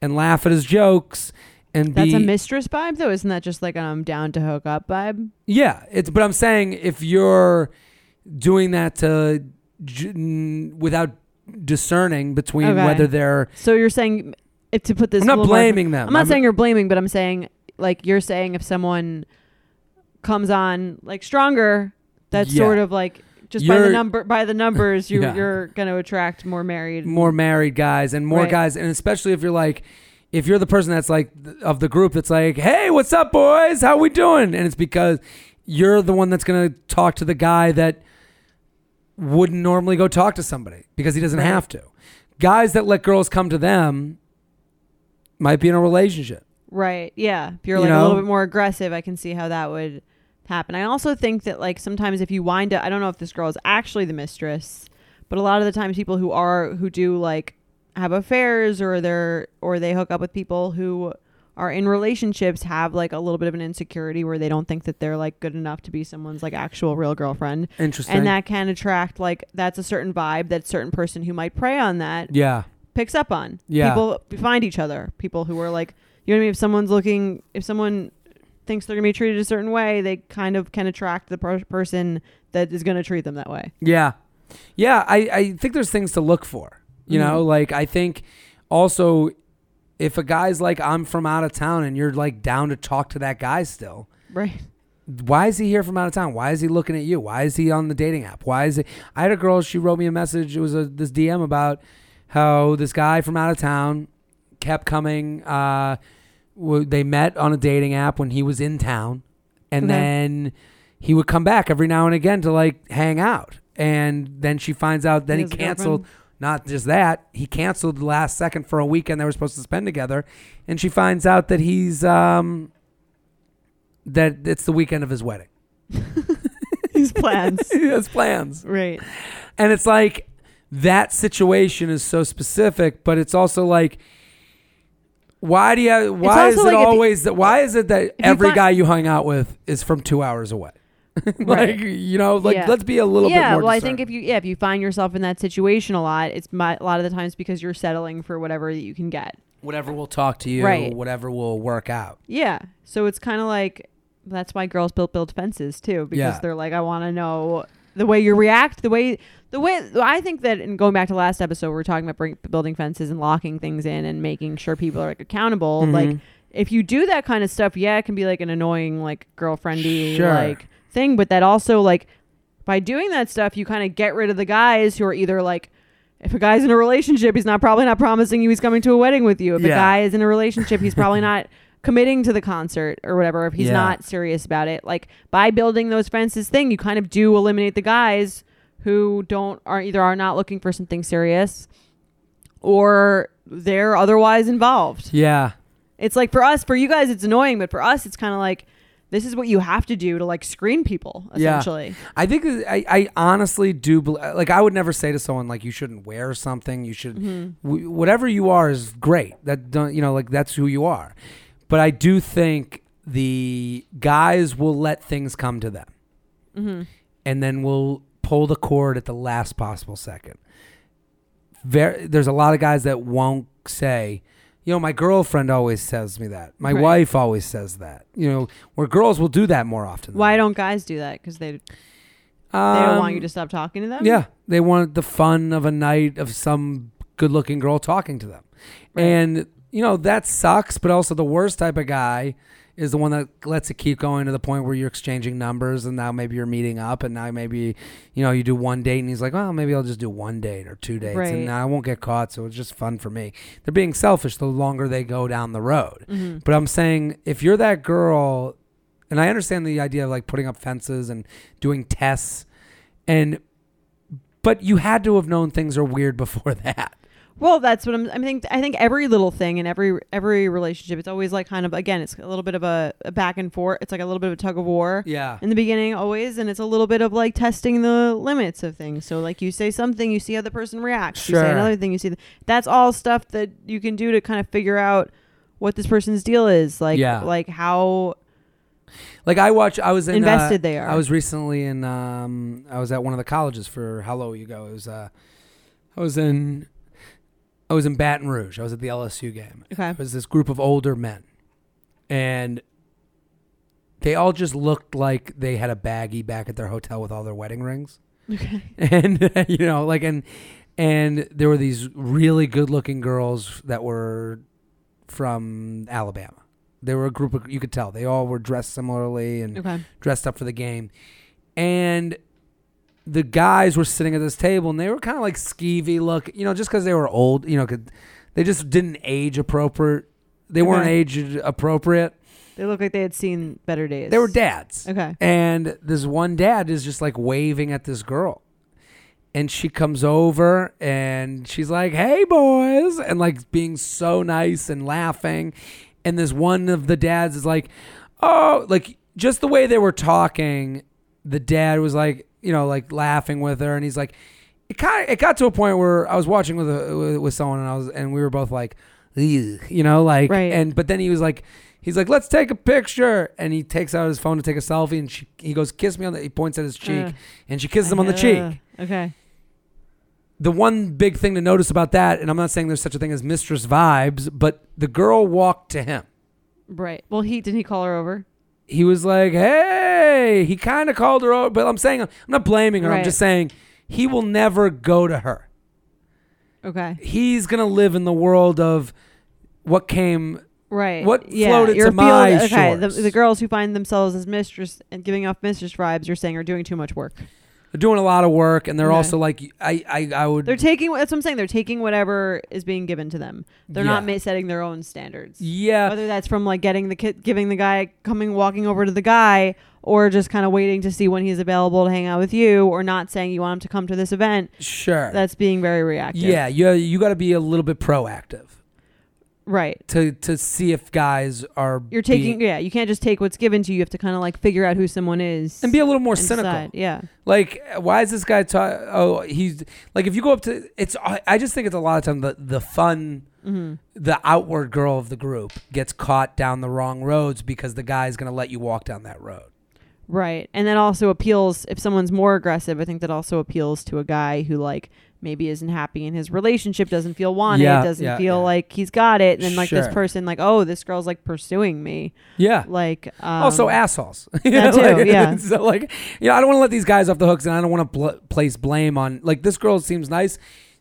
S2: and laugh at his jokes, and
S3: That's
S2: be
S3: a mistress vibe, though. Isn't that just like um down to hook up vibe?
S2: yeah, it's but I'm saying if you're doing that to j- n- without discerning between
S3: Okay.
S2: whether they're
S3: So you're saying if to put this.
S2: I'm
S3: a
S2: not
S3: little more-
S2: blaming them.
S3: I'm not saying you're blaming, but I'm saying like you're saying if someone comes on like stronger, that's
S2: Yeah.
S3: sort of like just by the
S2: You're-
S3: number by the numbers you
S2: Yeah.
S3: you're going to attract more married.
S2: more married guys and more
S3: Right.
S2: guys and especially if you're like if you're the person that's like th- of the group that's like hey what's up boys how we doing and it's because you're the one that's going to talk to the guy that wouldn't normally go talk to somebody because he doesn't
S3: Right.
S2: have to guys that let girls come to them might be in a relationship
S3: Right. Yeah. If you're
S2: You
S3: like a little
S2: know?
S3: bit more aggressive, I can see how that would happen. I also think that like sometimes if you wind up I don't know if this girl is actually the mistress, but a lot of the times people who are who do like have affairs or they're or they hook up with people who are in relationships have like a little bit of an insecurity where they don't think that they're like good enough to be someone's like actual real girlfriend.
S2: interesting
S3: And that can attract like that's a certain vibe that certain person who might prey on that
S2: yeah
S3: picks up on.
S2: Yeah.
S3: People find each other. People who are like, you know what I mean? If someone's looking, if someone thinks they're going to be treated a certain way, they kind of can attract the per- person that is going to treat them that way.
S2: Yeah. Yeah, I, I think there's things to look for. You know, like I think also if a guy's like, I'm from out of town and you're like down to talk to that guy still,
S3: Right.
S2: why is he here from out of town? Why is he looking at you? Why is he on the dating app? Why is it? I had a girl, she wrote me a message. It was a, this DM about how this guy from out of town kept coming. Uh, w- they met on a dating app when he was in town, and
S3: Okay.
S2: then he would come back every now and again to like hang out. And then she finds out. Then he
S3: His
S2: canceled. Not just that, he canceled the last second for a weekend they were supposed to spend together, and she finds out that he's um, that it's the weekend of his wedding.
S3: These plans.
S2: he has plans.
S3: right.
S2: And it's like that situation is so specific, but it's also like why do you why
S3: also
S2: is it
S3: like if you-
S2: always that why is it that
S3: you
S2: every
S3: find-
S2: guy you hung out with is from 2 hours away? like
S3: Right.
S2: you know, like
S3: Yeah.
S2: let's be a little
S3: yeah.
S2: bit more
S3: well, I think
S2: discerning.
S3: if you, yeah, if you find yourself in that situation a lot, it's my, a lot of the times because you're settling for whatever that you can get.
S2: whatever will talk to you,
S3: Right.
S2: whatever will work out.
S3: Yeah. So it's kind of like that's why girls build build fences too because
S2: Yeah.
S3: they're like I want to know the way you react, the way the way I think that and going back to last episode we were talking about bring, building fences and locking things in and making sure people are like accountable
S2: Mm-hmm.
S3: like if you do that kind of stuff, yeah, it can be like an annoying like girlfriendy
S2: Sure.
S3: like thing, but that also like by doing that stuff, you kind of get rid of the guys who are either like, if a guy's in a relationship, he's not probably not promising you he's coming to a wedding with you. If a
S2: Yeah.
S3: guy is in a relationship, he's probably not committing to the concert or whatever. If he's
S2: Yeah.
S3: not serious about it, like by building those fences thing, you kind of do eliminate the guys who don't are either are not looking for something serious or they're otherwise involved.
S2: Yeah.
S3: It's like for us, for you guys, it's annoying, but for us, it's kind of like this is what you have to do to like screen people
S2: Yeah.
S3: essentially.
S2: I think that I, I honestly do bel like I would never say to someone like you shouldn't wear something you should
S3: Mm-hmm.
S2: w- whatever you are is great that don't you know like that's who you are but I do think the guys will let things come to them
S3: Mm-hmm.
S2: and then we'll pull the cord at the last possible second Ver there's a lot of guys that won't say you know my girlfriend always says me that my
S3: Right.
S2: wife always says that you know where girls will do that more often than
S3: Why
S2: not
S3: don't guys do that? Because they They don't
S2: Um,
S3: want you to stop talking to them.
S2: Yeah, they want the fun of a night of some good-looking girl talking to them, and you know that sucks. But also, the worst type of guy is the one that lets it keep going to the point where you're exchanging numbers, and now maybe you're meeting up, and now maybe you know you do one date, and he's like, "Well, maybe I'll just do one date or two dates,
S3: Right.
S2: and now I won't get caught, so it's just fun for me." They're being selfish the longer they go down the road.
S3: Mm-hmm.
S2: But I'm saying if you're that girl, and I understand the idea of like putting up fences and doing tests and but you had to have known things are weird before that.
S3: Well, that's what I'm. I think I think every little thing in every every relationship, it's always like kind of again, it's a little bit of a, a back and forth. It's like a little bit of a tug of war.
S2: Yeah.
S3: In the beginning, always, and it's a little bit of like testing the limits of things. So like you say something, you see how the person reacts. You
S2: Sure.
S3: say another thing, you see. The, that's all stuff that you can do to kind of figure out what this person's deal is. Like
S2: Yeah.
S3: like how
S2: Like I watch. I was in, uh,
S3: Invested they are.
S2: I was recently in. Um, I was at one of the colleges for how low you go. It was. Uh, I was in. I was in Baton Rouge. I was at the LSU game.
S3: okay.
S2: It was this group of older men, and they all just looked like they had a baggie back at their hotel with all their wedding rings,
S3: Okay.
S2: and you know, like and and there were these really good-looking girls that were from Alabama. They were a group of you could tell they all were dressed similarly and
S3: Okay.
S2: dressed up for the game. And the guys were sitting at this table and they were kind of like skeevy look, you know, just because they were old, you know, 'cause they just didn't age appropriate. They weren't
S3: Okay.
S2: age appropriate.
S3: They look like they had seen better days.
S2: They were dads.
S3: Okay.
S2: And this one dad is just like waving at this girl. And she comes over and she's like, hey, boys. And like being so nice and laughing. And this one of the dads is like, oh, like just the way they were talking, the dad was like, you know, like laughing with her. And he's like, it kind of, it got to a point where I was watching with, a, with, with someone and I was, and we were both like, "Ugh," you know, like,
S3: Right.
S2: and, but then he was like, He's like, let's take a picture. And he takes out his phone to take a selfie. And she, he goes, kiss me on the, he points at his cheek
S3: Ugh.
S2: and she kisses him on
S3: uh.
S2: the cheek.
S3: Okay.
S2: The one big thing to notice about that, and I'm not saying there's such a thing as mistress vibes, but the girl walked to him.
S3: Right. Well, he didn't he call her over?
S2: He was like, hey, he kind of called her over, but I'm saying, I'm not blaming her. I'm
S3: Right.
S2: just saying he will never go to her.
S3: Okay.
S2: He's going to live in the world of what came
S3: Right.
S2: What floated to my
S3: the,
S2: shores?
S3: the girls who find themselves as mistress and giving off mistress vibes, you're saying are doing too much work.
S2: they're doing a lot of work and they're
S3: Okay.
S2: also like I, I I would
S3: They're taking that's what I'm saying. They're taking whatever is being given to them. They're not
S2: Yeah.
S3: ma- setting their own standards.
S2: yeah
S3: Whether that's from like getting the kid, giving the guy, coming walking over to the guy, or just kind of waiting to see when he's available to hang out with you, or not saying you want him to come to this event.
S2: sure
S3: That's being very reactive.
S2: yeah you you got to be a little bit proactive
S3: Right.
S2: to to see if guys are
S3: You're taking.
S2: being-
S3: yeah. You can't just take what's given to you. You have to kind of like figure out who someone is
S2: and be a little more
S3: and
S2: cynical.
S3: decide. Yeah.
S2: Like, why is this guy? Ta- oh, he's like if you go up to it's. I I just think it's a lot of time the the fun,
S3: Mm-hmm.
S2: the outward girl of the group gets caught down the wrong roads because the guy's gonna let you walk down that road.
S3: Right. And that also appeals if someone's more aggressive, I think that also appeals to a guy who like maybe isn't happy in his relationship, doesn't feel wanted,
S2: Yeah,
S3: doesn't
S2: yeah,
S3: feel
S2: yeah.
S3: like he's got it, and then like this
S2: Sure.
S3: person like, "Oh, this girl's like pursuing me."
S2: Yeah.
S3: Like um,
S2: also assholes. You
S3: that
S2: know,
S3: too,
S2: like-
S3: yeah.
S2: so like, you know, I don't want to let these guys off the hooks, and I don't want to bl- place blame on like this girl seems nice,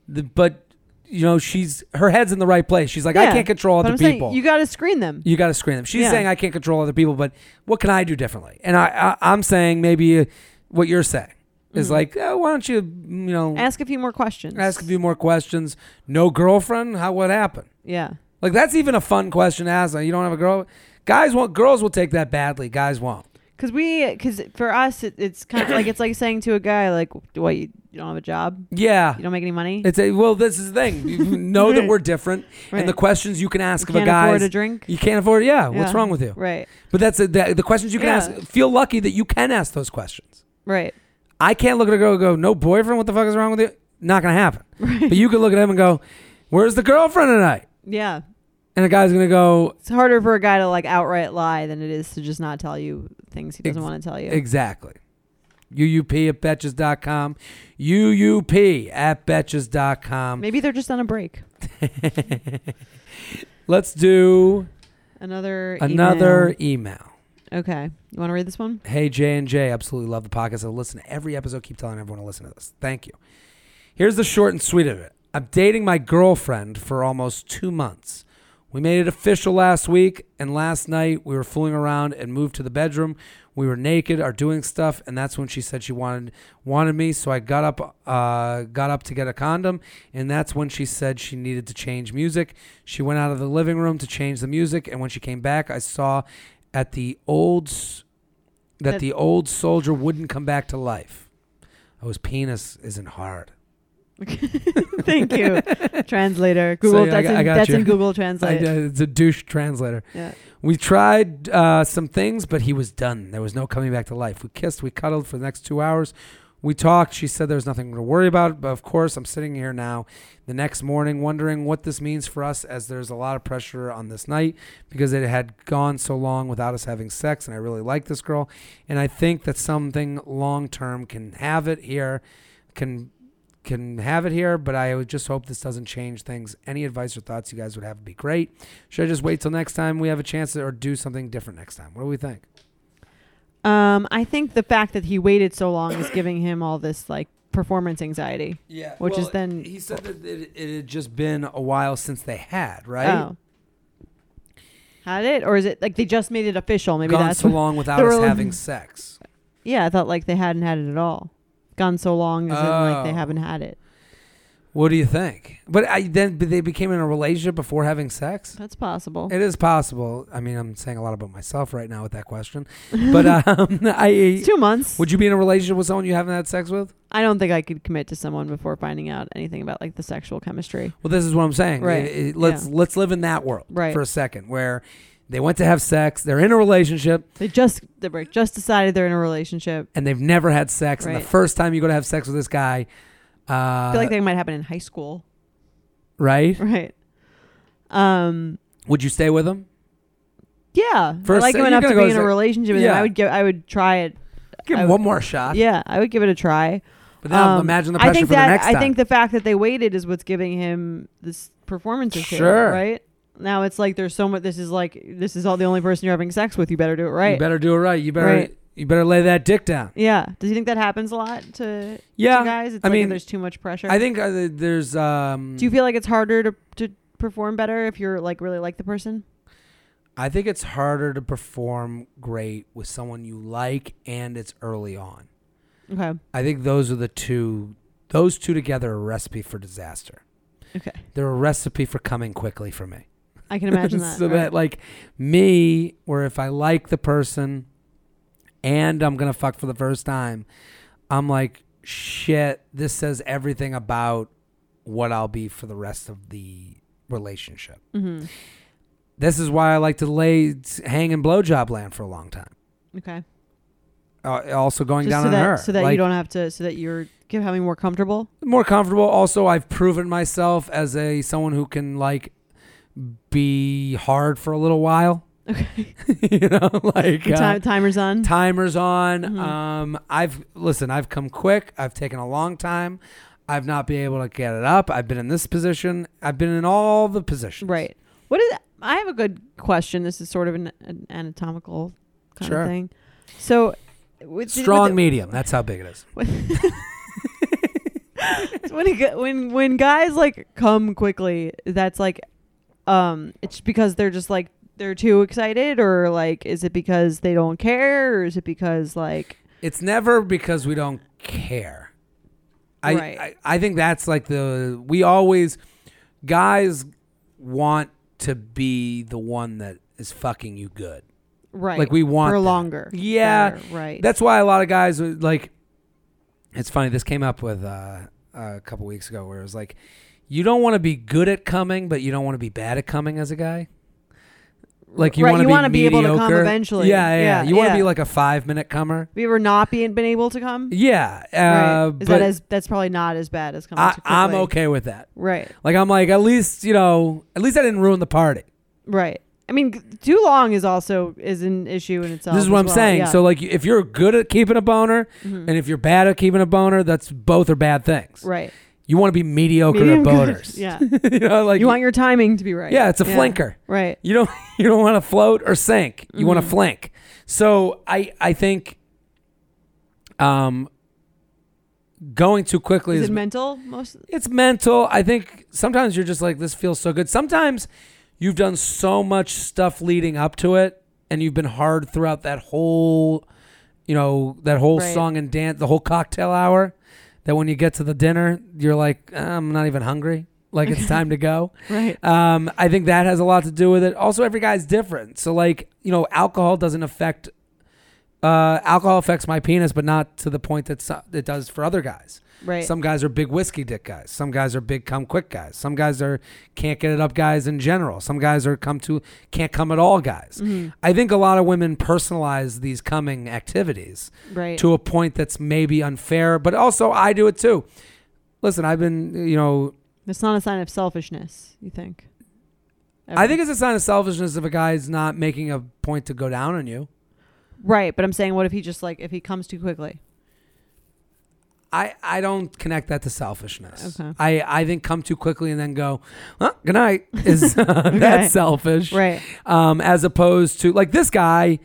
S2: the, but you know she's her head's in the right place. She's like, I
S3: Yeah,
S2: can't control
S3: but
S2: other
S3: I'm saying
S2: people.
S3: you got to screen them.
S2: You got to screen them. She's
S3: Yeah.
S2: saying I can't control other people, but what can I do differently? And I, I I'm saying maybe uh, what you're saying
S3: Mm-hmm.
S2: is like, oh, why don't you, you know, ask,
S3: Ask a few more questions.
S2: a few more questions? No girlfriend? How what happened?
S3: Yeah.
S2: Like that's even a fun question to ask. Like, you don't have a girl. Guys won't. Girls will take that badly. Guys won't.
S3: Cause we, cause for us, it, it's kind of like it's like saying to a guy, like, "What you, you don't have a job,
S2: Yeah.
S3: you don't make any money,
S2: It's a well. This is the thing. You know that
S3: Right.
S2: we're different,
S3: Right.
S2: and the questions you can ask
S3: you
S2: of a
S3: can't
S2: guy.
S3: afford
S2: is-
S3: a drink."
S2: You can't afford. Yeah. What's
S3: Yeah.
S2: wrong with you?
S3: Right.
S2: But that's a, the, the questions you can
S3: Yeah.
S2: ask. Feel lucky that you can ask those questions.
S3: Right.
S2: I can't look at a girl and go, no boyfriend, what the fuck is wrong with you? Not gonna happen. But you can look at him and go, where's the girlfriend tonight?
S3: Yeah.
S2: And the guy's gonna go,
S3: it's harder for a guy to like outright lie than it is to just not tell you things he doesn't
S2: Ex-
S3: want to tell you.
S2: exactly. UUP at betches.com. UUP at betches.com.
S3: Maybe they're just on a break.
S2: Let's do
S3: Another
S2: another
S3: email.
S2: email.
S3: Okay, you want to read this one?
S2: Hey J and J, absolutely love the podcast. I listen to every episode. Keep telling everyone to listen to this. Thank you. Here's the short and sweet of it. I'm dating my girlfriend for almost two months. We made it official last week, and last night we were fooling around and moved to the bedroom. We were naked, are doing stuff, and that's when she said she wanted wanted me. So I got up, uh, got up to get a condom, and that's when she said she needed to change music. She went out of the living room to change the music, and when she came back, I saw at the old s- that,
S3: That-
S2: the old soldier wouldn't come back to life. Oh, his penis isn't hard.
S3: Thank you, translator. Google.
S2: yeah, I
S3: that's
S2: got- I
S3: in,
S2: got
S3: that's
S2: you.
S3: in Google
S2: I,
S3: Translate.
S2: it's a douche translator.
S3: Yeah.
S2: We tried uh, some things, but he was done. There was no coming back to life. We kissed, we cuddled for the next two hours. We talked. She said there was nothing to worry about, but of course, I'm sitting here now the next morning wondering what this means for us as there's a lot of pressure on this night because it had gone so long without us having sex, and I really like this girl. And I think that something long term can have it here, can can have it here, but I would just hope this doesn't change things. Any advice or thoughts you guys would have would be great. Should I just wait till next time we have a chance to, or do something different next time? What do we think?
S3: Um, I think the fact that he waited so long is giving him all this like performance anxiety.
S2: Yeah,
S3: Which is then-
S2: he said that it, it had just been a while since they had right.
S3: Oh. Had it, or is it like they just made it official? Maybe
S2: Gone
S3: that's
S2: so
S3: what-
S2: long without
S3: the
S2: us
S3: rel-
S2: having sex.
S3: Yeah, I thought like they hadn't had it at all. Gone so long as in, like
S2: Oh.
S3: they haven't had it.
S2: What do you think? But I then but they became in a relationship before having sex.
S3: That's possible.
S2: It is possible. I mean, I'm saying a lot about myself right now with that question, but um, I
S3: It's two months.
S2: would you be in a relationship with someone you haven't had sex with?
S3: I don't think I could commit to someone before finding out anything about like the sexual chemistry.
S2: Well, this is what I'm saying.
S3: Right.
S2: It- it- let's let's live in that world
S3: Right.
S2: for a second, where they went to have sex, they're in a relationship,
S3: They just they were- just decided they're in a relationship.
S2: and they've never had sex. And
S3: Right.
S2: the first time you go to have sex with this guy, uh,
S3: I feel like they might happen in high school,
S2: right?
S3: right? Um,
S2: Would you stay with him?
S3: yeah,
S2: First-
S3: I like
S2: so
S3: him
S2: you're
S3: enough to
S2: gonna
S3: be
S2: go
S3: in a
S2: sec-
S3: relationship. with him.
S2: Yeah.
S3: I would give, I would try it.
S2: Give
S3: I
S2: him
S3: would-
S2: one more shot.
S3: Yeah, I would give it a try.
S2: But now
S3: Um,
S2: imagine the
S3: I
S2: pressure
S3: think
S2: for
S3: that
S2: the next
S3: I
S2: time.
S3: think the fact that they waited is what's giving him this performance issue,
S2: Sure.
S3: right? Now it's like there's so much. This is like this is all the only person you're having sex with. You better do it right.
S2: You better do it right. You better
S3: Right.
S2: you better lay that dick down.
S3: yeah. Does he think that happens a lot to, to
S2: Yeah,
S3: guys? It's
S2: I
S3: like
S2: mean,
S3: there's too much pressure.
S2: I think uh, th- there's. Um,
S3: Do you feel like it's harder to to perform better if you're like really like the person?
S2: I think it's harder to perform great with someone you like, and it's early on.
S3: Okay.
S2: I think those are the two. Those two together are a recipe for disaster.
S3: Okay.
S2: They're a recipe for coming quickly for me.
S3: I can imagine that.
S2: so
S3: right.
S2: that like me, where if I like the person, and I'm gonna fuck for the first time, I'm like, shit. This says everything about what I'll be for the rest of the relationship.
S3: Mhm.
S2: This is why I like to lay hang in blowjob land for a long time.
S3: Okay.
S2: Uh, also going
S3: Just
S2: down
S3: so
S2: on
S3: that
S2: her,
S3: so that
S2: Like,
S3: you don't have to so that you're having more comfortable.
S2: more comfortable. Also, I've proven myself as a someone who can like be hard for a little while.
S3: Okay.
S2: you know, like uh,
S3: Time, timer's on.
S2: timers on.
S3: Mhm.
S2: Um, I've listen. I've come quick. I've taken a long time. I've not been able to get it up. I've been in this position. I've been in all the positions.
S3: Right. What is? I have a good question. This is sort of an, an anatomical kind
S2: Sure.
S3: of thing. So, with,
S2: Strong
S3: with
S2: medium. That's how big it is.
S3: the- when it, go- when when guys like come quickly, that's like, um, it's because they're just like they're too excited, or like, is it because they don't care, or is it because like,
S2: It's never because we don't care. I,
S3: Right.
S2: I I think that's like the we always guys want to be the one that is fucking you good.
S3: right?
S2: Like we want
S3: for
S2: that.
S3: longer.
S2: Yeah.
S3: better, right.
S2: That's why a lot of guys would, like. It's funny. This came up with uh, a couple weeks ago, where it was like, you don't want to be good at coming, but you don't want to be bad at coming as a guy. Like you
S3: Right,
S2: want
S3: you
S2: to
S3: wanna
S2: be
S3: be able to come
S2: mediocre.
S3: eventually.
S2: Yeah, yeah.
S3: Yeah,
S2: you want to
S3: yeah.
S2: be like a five minute comer.
S3: Have you ever not being been able to come?
S2: Yeah, uh,
S3: right. Is that
S2: but
S3: as that's probably not as bad as coming.
S2: I,
S3: too
S2: I'm
S3: quickly.
S2: okay with that.
S3: Right.
S2: Like I'm like at least you know at least I didn't ruin the party.
S3: Right. I mean, g- too long is also is an issue in itself.
S2: This is
S3: as
S2: what I'm
S3: well.
S2: saying.
S3: Yeah.
S2: So like if you're good at keeping a boner,
S3: Mhm.
S2: and if you're bad at keeping a boner, that's both are bad things.
S3: right,
S2: You want to be mediocre
S3: Medium
S2: at
S3: good.
S2: boners.
S3: Yeah,
S2: you know, like
S3: you want your timing to be right.
S2: yeah, it's a flanker.
S3: Right.
S2: You don't you don't want to float or sink. You
S3: Mm-hmm.
S2: want to flank. So I I think, um, going too quickly
S3: Is
S2: is,
S3: it mental? Most.
S2: it's mental. I think sometimes you're just like this feels so good. Sometimes you've done so much stuff leading up to it, and you've been hard throughout that whole, you know, that whole
S3: Right.
S2: song and dance, the whole cocktail hour. That when you get to the dinner, you're like, I'm not even hungry. Like it's time to go.
S3: Right.
S2: Um, I think that has a lot to do with it. Also, every guy's different. So, like, you know, alcohol doesn't affect uh, alcohol affects my penis, but not to the point that so- it does for other guys.
S3: Right.
S2: Some guys are big whiskey dick guys. Some guys are big come quick guys. Some guys are can't get it up guys in general. Some guys are come to can't come at all guys.
S3: Mm-hmm.
S2: I think a lot of women personalize these coming activities
S3: Right.
S2: to a point that's maybe unfair, but also I do it too. Listen, I've been, you know,
S3: It's not a sign of selfishness, you think?
S2: I think it's a sign of selfishness if a guy's not making a point to go down on you.
S3: Right, but I'm saying what if he just like if he comes too quickly?
S2: I, I don't connect that to selfishness.
S3: Okay.
S2: I, I think come too quickly and then go, huh, good night, is that's selfish.
S3: Right.
S2: Um, as opposed to, like, this guy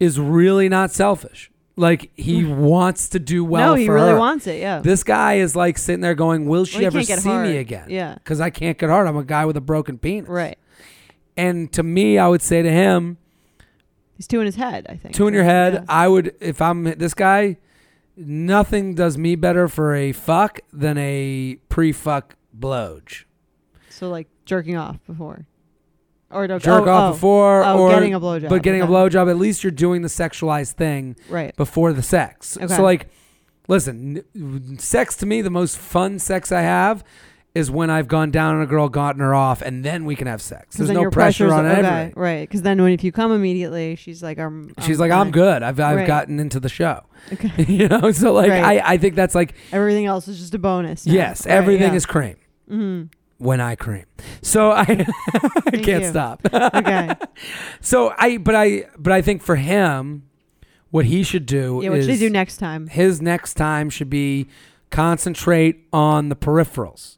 S2: is really not selfish. Like, he wants to do well
S3: Hmm. no, he
S2: for
S3: really
S2: her.
S3: wants it, yeah.
S2: This guy is like sitting there going, will she
S3: Well, he
S2: ever
S3: can't get
S2: see
S3: hard.
S2: me again?
S3: Yeah.
S2: Because I can't get hard. I'm a guy with a broken penis.
S3: right.
S2: And to me, I would say to him,
S3: He's two in his head, I think.
S2: two in your head.
S3: Yeah.
S2: I would, if I'm this guy, nothing does me better for a fuck than a pre fuck blowj.
S3: So like jerking off before. Or to,
S2: Jerk
S3: oh,
S2: off
S3: oh,
S2: before
S3: oh,
S2: or
S3: getting a blowjob.
S2: But getting a
S3: okay.
S2: blowjob, at least you're doing the sexualized thing
S3: Right.
S2: before the sex.
S3: Okay.
S2: So, like, listen, n- sex to me, the most fun sex I have is when I've gone down on a girl, gotten her off, and then we can have sex.
S3: 'Cause
S2: There's
S3: then
S2: no
S3: your
S2: pressure
S3: pressure's-
S2: on
S3: okay,
S2: everything.
S3: Right. Because then when if you come immediately, she's like, I'm.
S2: She's like, I'm
S3: fine."
S2: good. I've, I've
S3: Right.
S2: gotten into the show.
S3: Okay.
S2: you know, so like,
S3: Right.
S2: I, I think that's like,
S3: Everything else is just a bonus. now.
S2: Yes,
S3: Right,
S2: everything
S3: yeah.
S2: is cream
S3: Mhm.
S2: when I cream. So I, I can't
S3: you.
S2: stop.
S3: Okay.
S2: So I, but I, but I think for him, what he should do
S3: Yeah. What
S2: is
S3: should I do next time?
S2: his next time should be concentrate on the peripherals,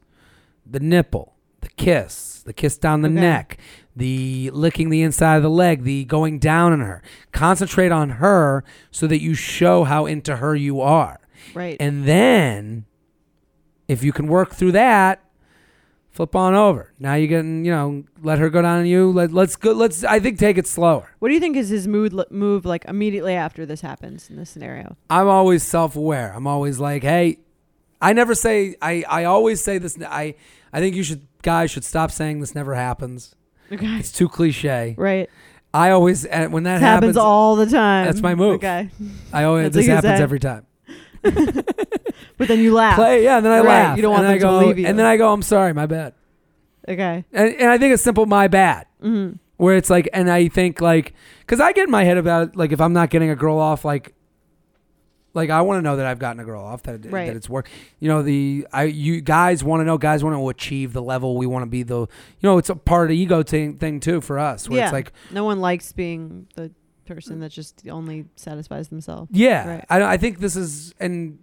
S2: the nipple, the kiss, the kiss down the
S3: Okay.
S2: neck, the licking the inside of the leg, the going down on her. Concentrate on her so that you show how into her you are.
S3: Right.
S2: And then if you can work through that, flip on over. Now you can, you know, let her go down on you. Let, let's go. Let's, I think, take it slower.
S3: What do you think is his mood li- move like immediately after this happens in this scenario?
S2: I'm always self aware. I'm always like, hey, I never say, I, I always say this. I, I think you should, guys should stop saying this never happens.
S3: Okay.
S2: It's too cliche.
S3: Right.
S2: I always, and when that
S3: This happens
S2: happens,
S3: all the time.
S2: That's my move.
S3: Okay.
S2: I always,
S3: That's
S2: this
S3: what you
S2: happens
S3: said.
S2: every time.
S3: But then you laugh.
S2: Play, yeah, and then I
S3: Right,
S2: laugh.
S3: you don't want
S2: and I
S3: them to
S2: go,
S3: leave you.
S2: And then I go, I'm sorry, my bad.
S3: Okay.
S2: And, and I think it's simple, my bad.
S3: hmm
S2: where it's like and i think like because i get in my head about like if i'm not getting a girl off like like i want to know that i've gotten a girl off that,
S3: Right.
S2: that it's work you know the i you guys want to know guys want to achieve the level we want to be the you know it's a part of the ego thing, thing too for us where
S3: yeah.
S2: it's like
S3: no one likes being the person that just only satisfies themselves.
S2: yeah
S3: Right.
S2: I, I think this is and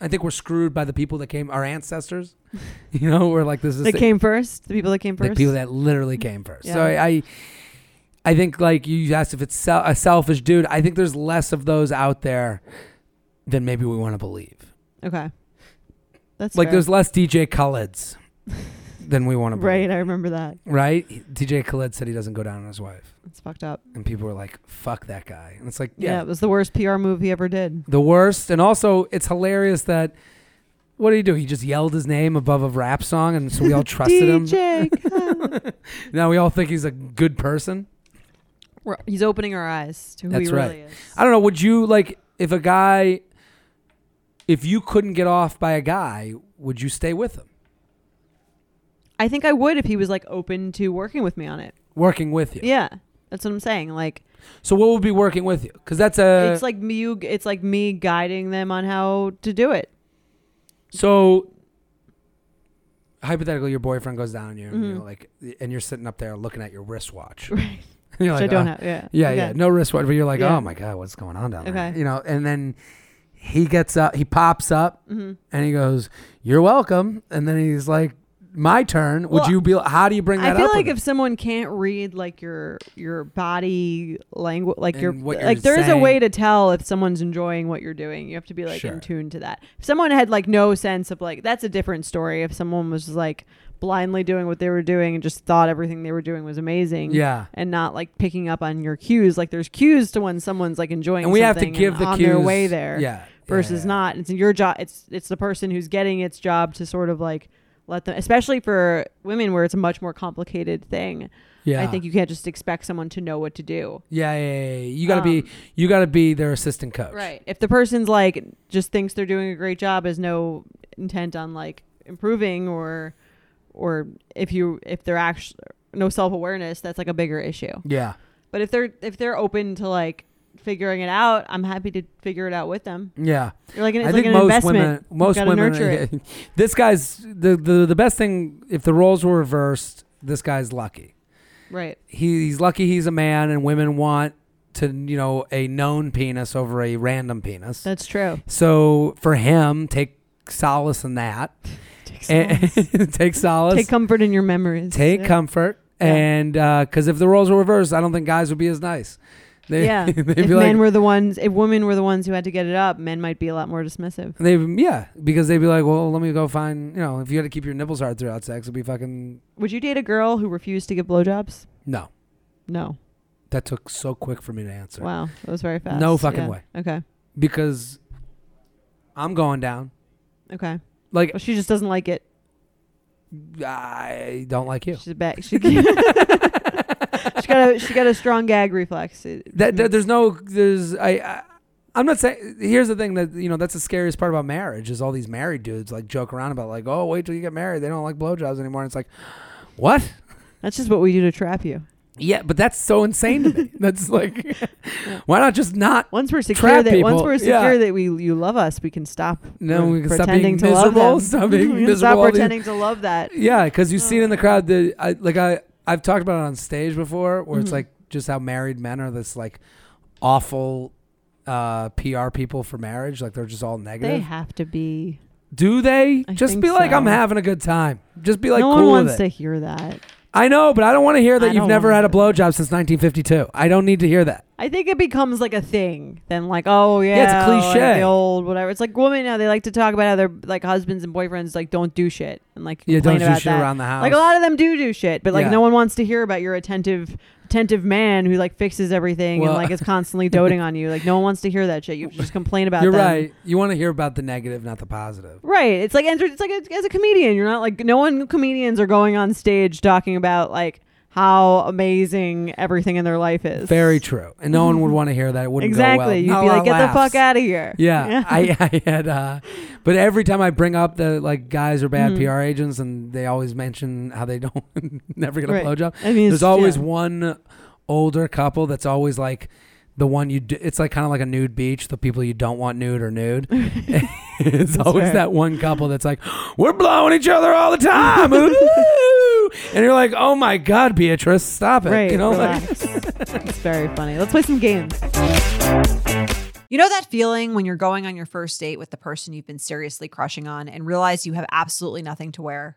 S2: i think we're screwed by the people that came our ancestors you know we're like this is
S3: That
S2: the-
S3: came first. The people that came
S2: the
S3: first.
S2: people that literally came first. So
S3: Yeah.
S2: I, I, I think like you asked if it's sel- a selfish dude. I think there's less of those out there than maybe we want to believe.
S3: okay. That's
S2: like
S3: fair.
S2: there's less DJ Khaled's than we want to believe.
S3: right. I remember that.
S2: Right? He- DJ Khaled said he doesn't go down on his wife,
S3: It's fucked up.
S2: and people were like, "Fuck that guy." And it's like,
S3: Yeah.
S2: yeah,
S3: It was the worst PR move he ever did.
S2: the worst. And also, it's hilarious that. What did he do? He just yelled his name above a rap song, and so we all trusted him.
S3: DJ Khaled.
S2: Now we all think he's a good person.
S3: We're- He's opening our eyes to who
S2: That's
S3: he
S2: right.
S3: really is.
S2: I don't know. Would you like if a guy, if you couldn't get off by a guy, would you stay with him,
S3: I think I would if he was like open to working with me on it.
S2: working with you?
S3: Yeah. That's what I'm saying. Like
S2: So what would be working with you? Because that's a
S3: it's like me- you it's like me guiding them on how to do it.
S2: so. Hypothetically, your boyfriend goes down on you, and
S3: Mhm.
S2: you're like, and you're sitting up there looking at your wristwatch.
S3: Right.
S2: And you're
S3: Which
S2: like,
S3: I don't
S2: "Oh."
S3: have. Yeah.
S2: Yeah,
S3: Okay.
S2: yeah, no wristwatch. But you're like,
S3: Yeah.
S2: oh my god, what's going on down there?
S3: Okay.
S2: You know, and then he gets up, he pops up,
S3: Mhm.
S2: and he goes, "You're welcome." And then he's like, "My turn." Would
S3: Well,
S2: you be? How do you bring that
S3: I feel
S2: up?
S3: like
S2: with
S3: if someone can't read like your your body language, like your
S2: And what you're
S3: like there is a
S2: saying.
S3: way to tell if someone's enjoying what you're doing. You have to be like
S2: Sure.
S3: in tune to that. If someone had like no sense of like that's a different story. If someone was like blindly doing what they were doing and just thought everything they were doing was amazing,
S2: Yeah.
S3: and not like picking up on your cues. Like there's cues to when someone's like enjoying,
S2: and we have to
S3: something
S2: give
S3: and
S2: the
S3: on
S2: cues
S3: their way there,
S2: Yeah,
S3: versus
S2: yeah.
S3: not. It's your job. It's it's the person who's getting its job to sort of like let them, especially for women where it's a much more complicated thing.
S2: Yeah.
S3: I think you can't just expect someone to know what to do.
S2: Yeah, yeah, yeah, yeah. You gotta
S3: Um,
S2: be you gotta be their assistant coach.
S3: If the person's like just thinks they're doing a great job, has no intent on like improving or or if you if they're actually no self awareness, that's like a bigger issue.
S2: Yeah.
S3: But if they're if they're open to like figuring it out, I'm happy to figure it out with them.
S2: Yeah.
S3: You're like an, it's
S2: I
S3: like
S2: think
S3: an
S2: most
S3: investment.
S2: women most
S3: gotta
S2: women
S3: nurture it.
S2: this guy's the, the the best thing if the roles were reversed, this guy's lucky.
S3: Right.
S2: He, he's lucky he's a man and women want to, you know, a known penis over a random penis.
S3: That's true.
S2: so for him, take solace in that.
S3: Take,
S2: And-
S3: solace.
S2: take solace.
S3: Take comfort in your memories.
S2: take
S3: Yeah.
S2: comfort
S3: Yeah.
S2: and because if the roles were reversed i don't think guys would be as nice they,
S3: yeah.
S2: they'd
S3: if
S2: be like
S3: men were the ones, if women were the ones who had to get it up, men might be a lot more dismissive.
S2: they yeah because they'd be like well let me go find you know if you had to keep your nipples hard throughout sex it'd be fucking
S3: Would you date a girl who refused to give blowjobs?
S2: no
S3: No.
S2: that took so quick for me to answer
S3: Wow, that was very fast.
S2: No fucking
S3: Yeah.
S2: way.
S3: Okay.
S2: because i'm going down
S3: Okay.
S2: like
S3: Well, she just doesn't like it.
S2: i don't like you
S3: She's a bad. She, she got a she got a strong gag reflex. It-
S2: that, that there's no there's I, I I'm not saying. Here's the thing that you know. That's the scariest part about marriage is all these married dudes like joke around about like, oh, wait till you get married. They don't like blowjobs anymore. And it's like, what?
S3: that's just what we do to trap you.
S2: Yeah, but that's so insane to me. That's like, why not just not?
S3: Once we're secure
S2: Trap
S3: that once
S2: people,
S3: we're secure
S2: yeah.
S3: that we you love us, we can stop.
S2: No, we can stop being
S3: pretending to love
S2: miserable,
S3: them.
S2: stop being
S3: We can
S2: miserable all
S3: Stop
S2: the-
S3: pretending to love that.
S2: Yeah, because you've seen in the crowd the I, like I I've talked about it on stage before, where it's
S3: Mhm.
S2: like just how married men are this like awful uh PR people for marriage. Like they're just all negative.
S3: They have to be.
S2: Do they?
S3: I
S2: just
S3: think
S2: be like,
S3: so.
S2: I'm having a good time. Just be like,
S3: no
S2: cool
S3: one wants
S2: with it.
S3: to hear that.
S2: I know, but I don't want to hear
S3: I
S2: that you've
S3: don't
S2: never
S3: wanna
S2: had a
S3: hear that.
S2: blowjob since 1952. I don't need to hear that.
S3: I think it becomes like a thing. Then like, oh yeah,
S2: it's a
S3: oh, like
S2: cliche.
S3: the old whatever. It's like women now. They like to talk about how their like husbands and boyfriends like don't do shit and like
S2: Yeah, don't
S3: complain
S2: do
S3: about
S2: shit
S3: that.
S2: around the house.
S3: Like a lot of them do do shit, but like
S2: Yeah.
S3: no one wants to hear about your attentive, attentive man who like fixes everything
S2: Well-
S3: and like is constantly doting on you. Like no one wants to hear that shit. You just complain about.
S2: You're
S3: them.
S2: right. You want to hear about the negative, not the positive.
S3: Right. It's like enter- it's like a, as a comedian, you're not like no one comedians are going on stage talking about like how amazing everything in their life is.
S2: Very true. And no one would want to hear that. It wouldn't
S3: Exactly.
S2: go well. Not
S3: You'd be
S2: a lot
S3: like,
S2: of
S3: get the
S2: laughs."
S3: fuck out of here.
S2: Yeah, I, I had, uh, but every time I bring up the like guys are bad
S3: Mhm.
S2: PR agents, and they always mention how they don't never get a
S3: Right.
S2: blowjob.
S3: I mean,
S2: There's
S3: it's-
S2: always
S3: yeah.
S2: one older couple that's always like the one you. Do, it's like kind of like a nude beach. The people you don't want nude are nude. it's always
S3: fair.
S2: that one couple that's like, we're blowing each other all the time. Ooh." and you're like, oh my god, Beatrice, stop it.
S3: Right.
S2: you know, like,
S3: relax. it's very funny. Let's play some games.
S1: You know that feeling when you're going on your first date with the person you've been seriously crushing on and realize you have absolutely nothing to wear?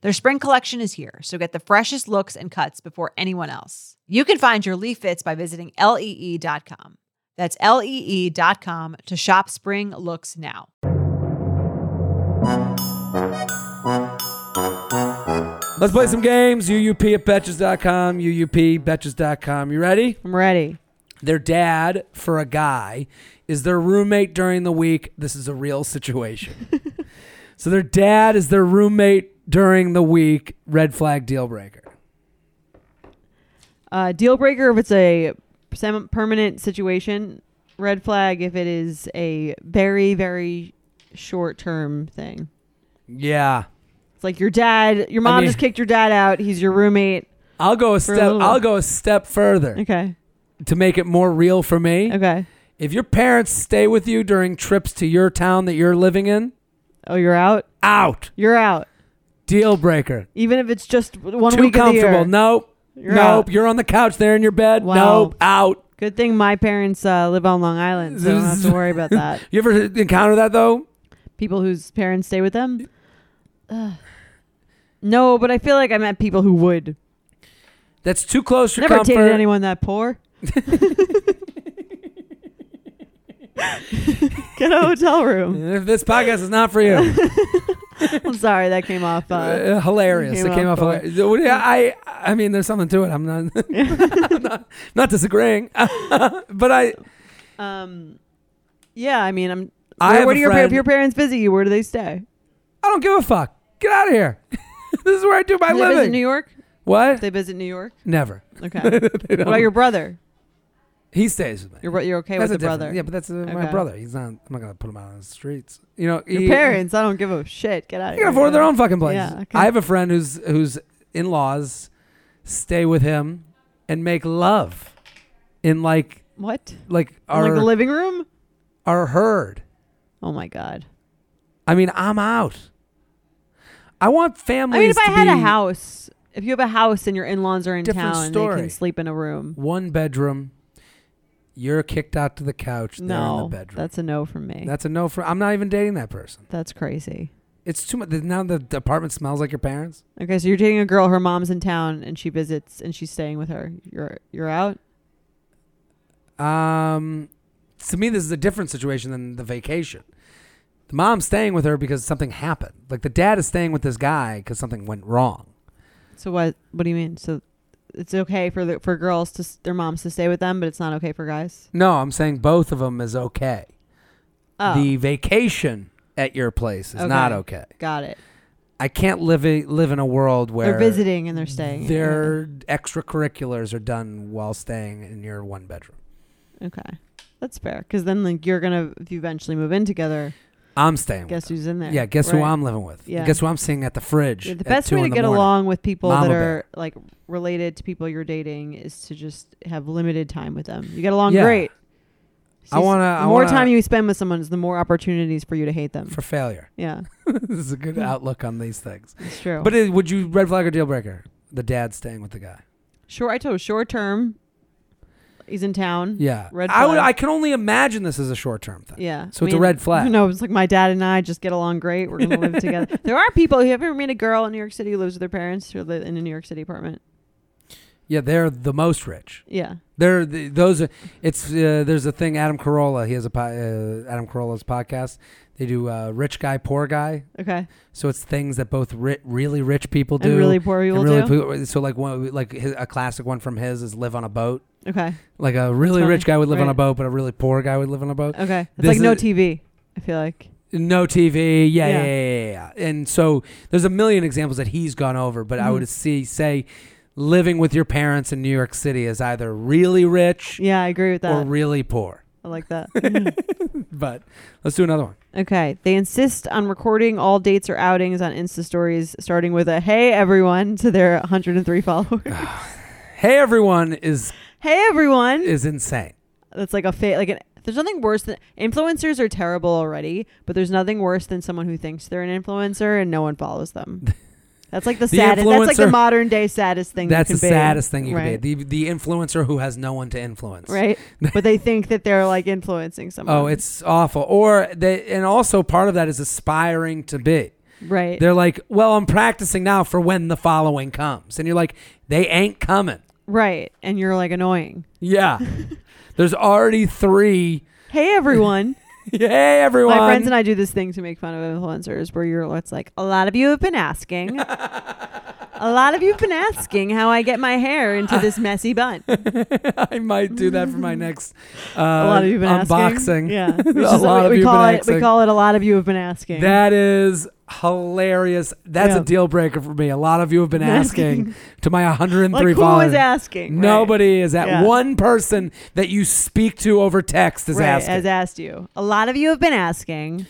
S1: Their spring collection is here, so get the freshest looks and cuts before anyone else. You can find your Lee fits by visiting E lee.com. That's E lee.com to shop spring looks now.
S2: let's play some games. UUP at betches.com, UUP betches.com. You ready?
S3: I'm ready.
S2: their dad for a guy is their roommate during the week. This is a real situation. so their dad is their roommate during the week. Red flag deal breaker.
S3: Uh, deal breaker if it's a sem- permanent situation. Red flag if it is a very very short term thing.
S2: Yeah.
S3: It's like your dad, your mom
S2: mean-
S3: just kicked your dad out. He's your roommate.
S2: I'll go a
S3: a
S2: step
S3: little-
S2: I'll go a step further
S3: Okay.
S2: to make it more real for me.
S3: Okay.
S2: If your parents stay with you during trips to your town that you're living in,
S3: Oh, you're out.
S2: out.
S3: You're out.
S2: Deal breaker.
S3: Even if it's just one
S2: Too
S3: week of the year.
S2: comfortable. Nope.
S3: You're
S2: nope.
S3: out.
S2: You're on the couch there in your bed.
S3: Wow.
S2: Nope. Out.
S3: Good thing my parents uh, live on Long Island, so I don't have to worry about that.
S2: You ever encounter that though?
S3: People whose parents stay with them. Ugh. No, but I feel like I met people who would.
S2: That's too close for
S3: Never
S2: comfort.
S3: dated anyone that poor. Get a hotel room.
S2: And if this podcast is not for you,
S3: I'm sorry that came off. Uh,
S2: uh, hilarious.
S3: Came
S2: it came
S3: off
S2: off. hilarious. What do you- I, I mean, there's something to it. I'm not, I'm not, not disagreeing, but I,
S3: um, yeah, I mean, I'm.
S2: I
S3: Where,
S2: have
S3: where
S2: a
S3: do your par- if
S2: friend-
S3: your parents visit you? Where do they stay?
S2: I don't give a fuck. Get out of here. this is where I do my
S3: Do they visit
S2: living.
S3: New York.
S2: what?
S3: If they visit New York.
S2: Never.
S3: Okay.
S2: They
S3: what about
S2: don't.
S3: your brother?
S2: he stays with me.
S3: Your bro- you're okay
S2: That's
S3: with
S2: a
S3: the brother.
S2: different- Yeah, but that's uh, my
S3: Okay.
S2: brother. He's not. I'm not gonna put him out on the streets. You know,
S3: Your
S2: he-
S3: parents, I don't give a shit. Get out
S2: They
S3: of here.
S2: can afford their own fucking place.
S3: Yeah, okay.
S2: I have a friend whose whose in laws stay with him and make love in like
S3: What?
S2: like
S3: In, like
S2: our
S3: the living room?
S2: our herd.
S3: Oh my god.
S2: I mean, I'm out. I want families.
S3: I mean, if I
S2: to
S3: had a
S2: be
S3: house, if you have a house and your in-laws are in
S2: Different
S3: town, they
S2: story.
S3: can sleep in a room.
S2: one bedroom, you're kicked out to the couch. they're in
S3: No,
S2: the bedroom.
S3: that's a no from me.
S2: That's a no for. I'm not even dating that person.
S3: That's crazy.
S2: It's too much. Now the the apartment smells like your parents.
S3: Okay, so you're dating a girl. Her mom's in town, and she visits, and she's staying with her. You're you're out.
S2: Um, to me, this is a different situation than the vacation. The mom's staying with her because something happened. Like the dad is staying with this guy because something went wrong.
S3: So what? What do you mean? So it's okay for the for girls to s- their moms to stay with them, but it's not okay for guys.
S2: No, I'm saying both of them is okay.
S3: Oh,
S2: The vacation at your place is not okay.
S3: Oh, got it.
S2: I can't live a, live in a world where
S3: They're visiting and they're staying.
S2: Their extracurriculars are done while staying in your one bedroom.
S3: Okay. That's fair. Because then, like, you're going to, if you eventually move in together,
S2: I'm staying. with
S3: guess
S2: them.
S3: who's in there?
S2: Yeah, guess who
S3: Right.
S2: I'm living with.
S3: Yeah.
S2: Guess who I'm seeing at the fridge.
S3: Yeah, the
S2: at
S3: best
S2: two
S3: way to
S2: in the
S3: get
S2: morning.
S3: along with people
S2: Mama
S3: that
S2: bear.
S3: are, like, related to people you're dating is to just have limited time with them. You get along
S2: Yeah.
S3: great.
S2: I wanna- I
S3: The more
S2: wanna-
S3: time you spend with someone, is the more opportunities for you to hate them.
S2: for failure.
S3: yeah,
S2: this is a good outlook on these things.
S3: it's true.
S2: But it, would you red flag or deal breaker? The dad staying with the guy.
S3: sure, I told you, short term, he's in town.
S2: Yeah,
S3: Red
S2: I would.
S3: flag.
S2: I can only imagine this is a short term thing.
S3: Yeah.
S2: So it's a red flag.
S3: No, it's like my dad and I just get along great. We're gonna live together. There are people. You ever meet a girl in New York City who lives with her parents who live in a New York City apartment?
S2: Yeah, they're the most rich.
S3: Yeah.
S2: They're the, those. Are, it's uh, there's a thing. Adam Carolla. He has a po- uh, Adam Carolla's podcast. They do uh, rich guy, poor guy.
S3: Okay.
S2: So it's things that both ri- really rich people do
S3: and really poor
S2: and
S3: people
S2: really
S3: do.
S2: poor- so like one like his, a classic one from his is live on a boat.
S3: okay.
S2: Like a really
S3: Funny.
S2: rich guy would live on a
S3: Right.
S2: boat, but a really poor guy would live on a boat.
S3: Okay. It's
S2: This
S3: like no
S2: is-
S3: TV. I feel like.
S2: No TV. Yeah, yeah,
S3: Yeah.
S2: yeah, yeah, yeah. And so there's a million examples that he's gone over, but I
S3: Mhm.
S2: would see say living with your parents in New York City is either really rich
S3: Yeah, I agree with
S2: or
S3: that.
S2: really poor.
S3: I like that.
S2: But let's do another one.
S3: okay. They insist on recording all dates or outings on Insta stories, starting with a "Hey everyone" to their 103 followers.
S2: Hey everyone is
S3: hey everyone.
S2: is insane.
S3: that's like a fa- like an there's nothing worse than influencers are terrible already, but there's nothing worse than someone who thinks they're an influencer and no one follows them. That's like the,
S2: The
S3: saddest. That's like the
S2: influencer-
S3: modern day saddest thing.
S2: That's
S3: you
S2: the
S3: can be.
S2: saddest thing you
S3: right.
S2: could be. The the influencer who has no one to influence.
S3: Right, but they think that they're like influencing someone.
S2: Oh, it's awful. Or they and also part of that is aspiring to be.
S3: right.
S2: They're like, well, I'm practicing now for when the following comes. And you're like, they ain't coming.
S3: Right, and you're like annoying.
S2: Yeah. There's already three.
S3: Hey everyone.
S2: Hey, everyone.
S3: My friends and I do this thing to make fun of influencers where you're it's like a lot of you have been asking a lot of you have been asking how I get my hair into this messy bun.
S2: I, might do that for my next uh,
S3: a lot of you have been asking.
S2: unboxing.
S3: Yeah, Which
S2: a
S3: is-
S2: lot
S3: we,
S2: of
S3: we
S2: you
S3: call
S2: have
S3: it
S2: been asking.
S3: we call it a lot of you have been asking.
S2: that is hilarious. That's
S3: Yeah.
S2: a deal breaker for me. A lot of you have been asking to my 103
S3: like who
S2: followers.
S3: was asking? right?
S2: Nobody is that
S3: Yeah.
S2: one person that you speak to over text is
S3: Right,
S2: asking.
S3: has asked you. A lot of you have been asking.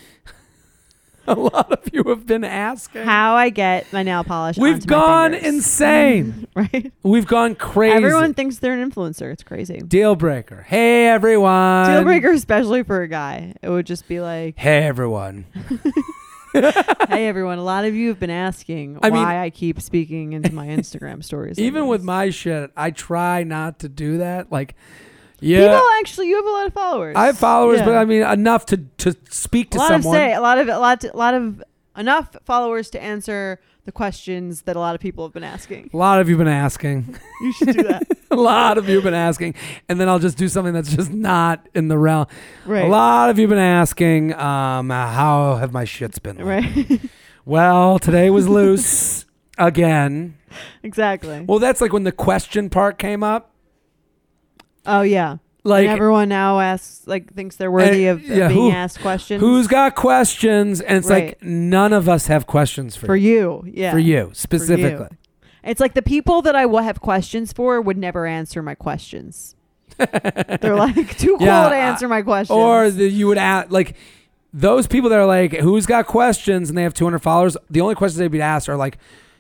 S2: a lot of you have been asking.
S3: How I get my nail polish.
S2: We've
S3: onto
S2: gone
S3: my fingers.
S2: insane.
S3: right?
S2: We've gone crazy.
S3: Everyone thinks they're an influencer. It's crazy.
S2: deal breaker. Hey everyone.
S3: Deal breaker, especially for a guy. It would just be like,
S2: Hey everyone.
S3: hey, everyone, a lot of you have been asking
S2: I mean-
S3: why I keep speaking into my Instagram stories.
S2: Even
S3: like
S2: with
S3: this.
S2: my shit, I try not to do that. Like,
S3: people,
S2: yeah,
S3: actually, you have a lot of followers.
S2: I have followers,
S3: Yeah.
S2: but I mean enough to to speak to
S3: a lot
S2: someone.
S3: of say, a lot of, a lot, a lot of enough followers to answer the questions that a lot of people have been asking.
S2: a lot of you've been asking.
S3: You should do that.
S2: a lot of you've been asking, and then I'll just do something that's just not in the realm.
S3: Right.
S2: A lot of you've been asking, um, how have my shits been? lately?
S3: Right.
S2: Well, today was loose again.
S3: exactly.
S2: Well, that's like when the question part came up.
S3: oh, yeah.
S2: Like,
S3: and everyone now asks, like, thinks they're worthy
S2: Eh,
S3: of, of
S2: yeah,
S3: being
S2: who-
S3: asked questions.
S2: who's got questions? And it's like
S3: Right.
S2: none of us have questions for
S3: for
S2: you,
S3: you? Yeah.
S2: for you specifically.
S3: It's like the people that I will have questions for would never answer my questions. They're like too cool
S2: Yeah, uh,
S3: to answer my questions.
S2: Or the, you would ask like those people that are like, "Who's got questions?" and they have 200 followers. The only questions they'd be asked are like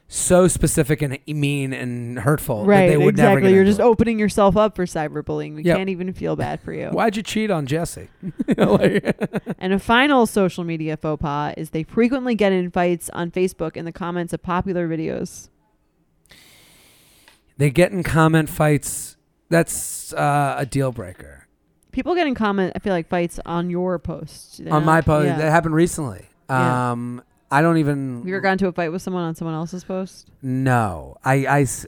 S2: so specific and mean and hurtful. that
S3: right,
S2: they would never
S3: exactly.
S2: get
S3: You're
S2: into
S3: just
S2: it.
S3: opening yourself up for cyberbullying. We
S2: Yep.
S3: can't even feel bad for you.
S2: Why'd you cheat on Jesse? You know, like-
S3: and a final social media faux pas is they frequently get invites on Facebook in the comments of popular videos.
S2: they get in comment fights. That's uh, a deal breaker.
S3: People get in comment. I feel like fights on your posts. They're
S2: on
S3: not-
S2: my post,
S3: yeah.
S2: that happened recently.
S3: Yeah.
S2: Um, I don't even.
S3: Have you ever gotten to a fight with someone on someone else's post?
S2: No, I, I s-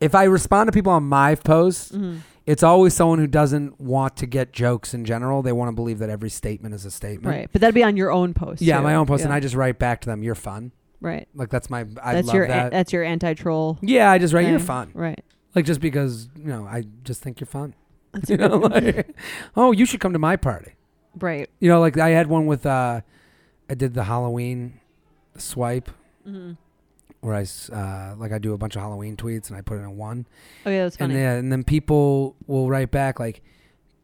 S2: if I respond to people on my post,
S3: Mm-hmm.
S2: it's always someone who doesn't want to get jokes in general. They want to believe that every statement is a statement.
S3: Right, but that'd be on your own post.
S2: Yeah,
S3: too.
S2: my own post,
S3: Yeah.
S2: and I just write back to them. You're fun.
S3: right.
S2: Like that's my. I
S3: that's
S2: love
S3: your
S2: that.
S3: that's your anti troll.
S2: yeah, I just write. You're fun.
S3: Right.
S2: Like just because you know, I just think you're fun.
S3: That's
S2: You
S3: a good
S2: know,
S3: one.
S2: like, oh, you should come to my party.
S3: Right.
S2: You know, like I had one with. uh I did the Halloween swipe
S3: Mhm.
S2: where I s- uh, like I do a bunch of Halloween tweets and I put in a one.
S3: Oh yeah, that's funny.
S2: And then, and then people will write back like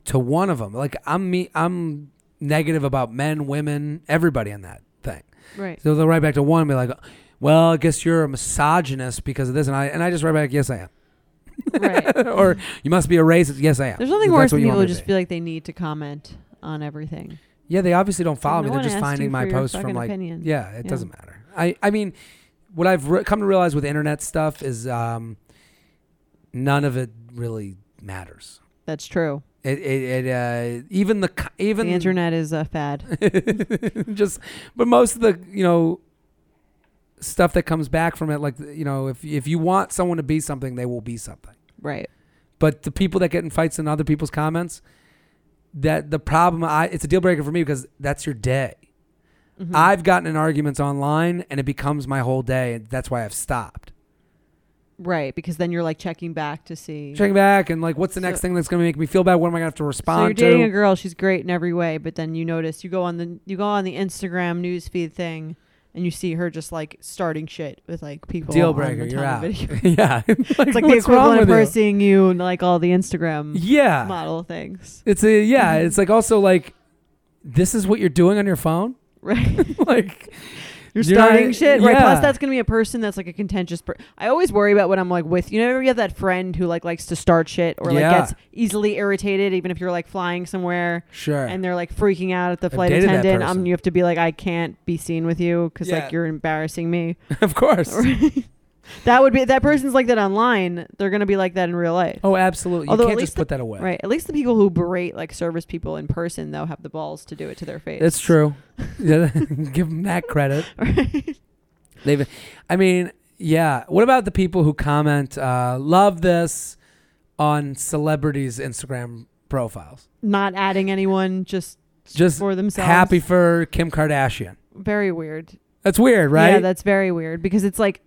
S2: to one of them. Like I'm me, I'm negative about men, women, everybody in that thing.
S3: right.
S2: So they'll write back to one and be like, "Well, I guess you're a misogynist because of this," and I and I just write back, "Yes, I am."
S3: Right.
S2: or you must be a racist. Yes, I am.
S3: There's nothing
S2: That's
S3: worse
S2: what
S3: than
S2: you want
S3: people who
S2: me to
S3: just
S2: be.
S3: feel like they need to comment on everything.
S2: yeah, they obviously don't follow
S3: no
S2: me.
S3: one
S2: They're just
S3: asked you
S2: finding
S3: for
S2: my
S3: your
S2: posts from
S3: fucking
S2: like
S3: opinion.
S2: yeah, it
S3: Yeah.
S2: doesn't matter. I I mean, what I've re- come to realize with internet stuff is um, none of it really matters.
S3: That's true.
S2: It it, it uh, even the co- even
S3: the internet is a fad.
S2: just but most of the you know stuff that comes back from it like you know if if you want someone to be something they will be something
S3: right.
S2: but the people that get in fights in other people's comments that the problem I it's a deal breaker for me because that's your day
S3: Mhm.
S2: I've gotten in arguments online and it becomes my whole day and that's why I've stopped
S3: Right, because then you're like checking back to see.
S2: checking back and like what's the next
S3: So-
S2: thing that's gonna make me feel bad what am I gonna have to
S3: so you're
S2: respond
S3: dating a
S2: to
S3: girl, she's great in every way, but then you notice you go on the you go on the Instagram newsfeed thing and you see her just like starting shit with like people.
S2: deal
S3: on
S2: breaker
S3: a
S2: you're
S3: ton of
S2: out
S3: video.
S2: yeah
S3: It's like the
S2: what's wrong
S3: equivalent of
S2: with
S3: her
S2: you?
S3: seeing you and like all the Instagram
S2: yeah
S3: model things.
S2: It's a yeah.
S3: Mm-hmm.
S2: It's like also like this is what you're doing on your phone.
S3: Right.
S2: like
S3: You're
S2: You're not-
S3: starting shit, right?
S2: yeah.
S3: Plus, that's gonna be a person that's like a contentious. Per- I always worry about when I'm like with you know you have that friend who like likes to start shit or like
S2: Yeah.
S3: gets easily irritated even if you're like flying somewhere
S2: sure.
S3: and they're like freaking out at the
S2: I've
S3: flight
S2: dated that
S3: attendant.
S2: person.
S3: Um, you have to be like, I can't be seen with you because
S2: Yeah.
S3: like you're embarrassing me.
S2: of course.
S3: that would be that person's like that online. They're gonna be like that in real life,
S2: Oh, absolutely.
S3: Although
S2: you
S3: at
S2: can't
S3: least
S2: just put that away.
S3: right? At least the people who berate like service people in person though have the balls to do it to their face.
S2: That's true. Yeah, Give them that credit. They've. I mean, yeah. What about the people who comment? Uh, Love this on celebrities' Instagram profiles.
S3: Not adding anyone just
S2: Just
S3: for themselves.
S2: happy for Kim Kardashian.
S3: Very weird.
S2: That's weird, right?
S3: Yeah, that's very weird because it's like,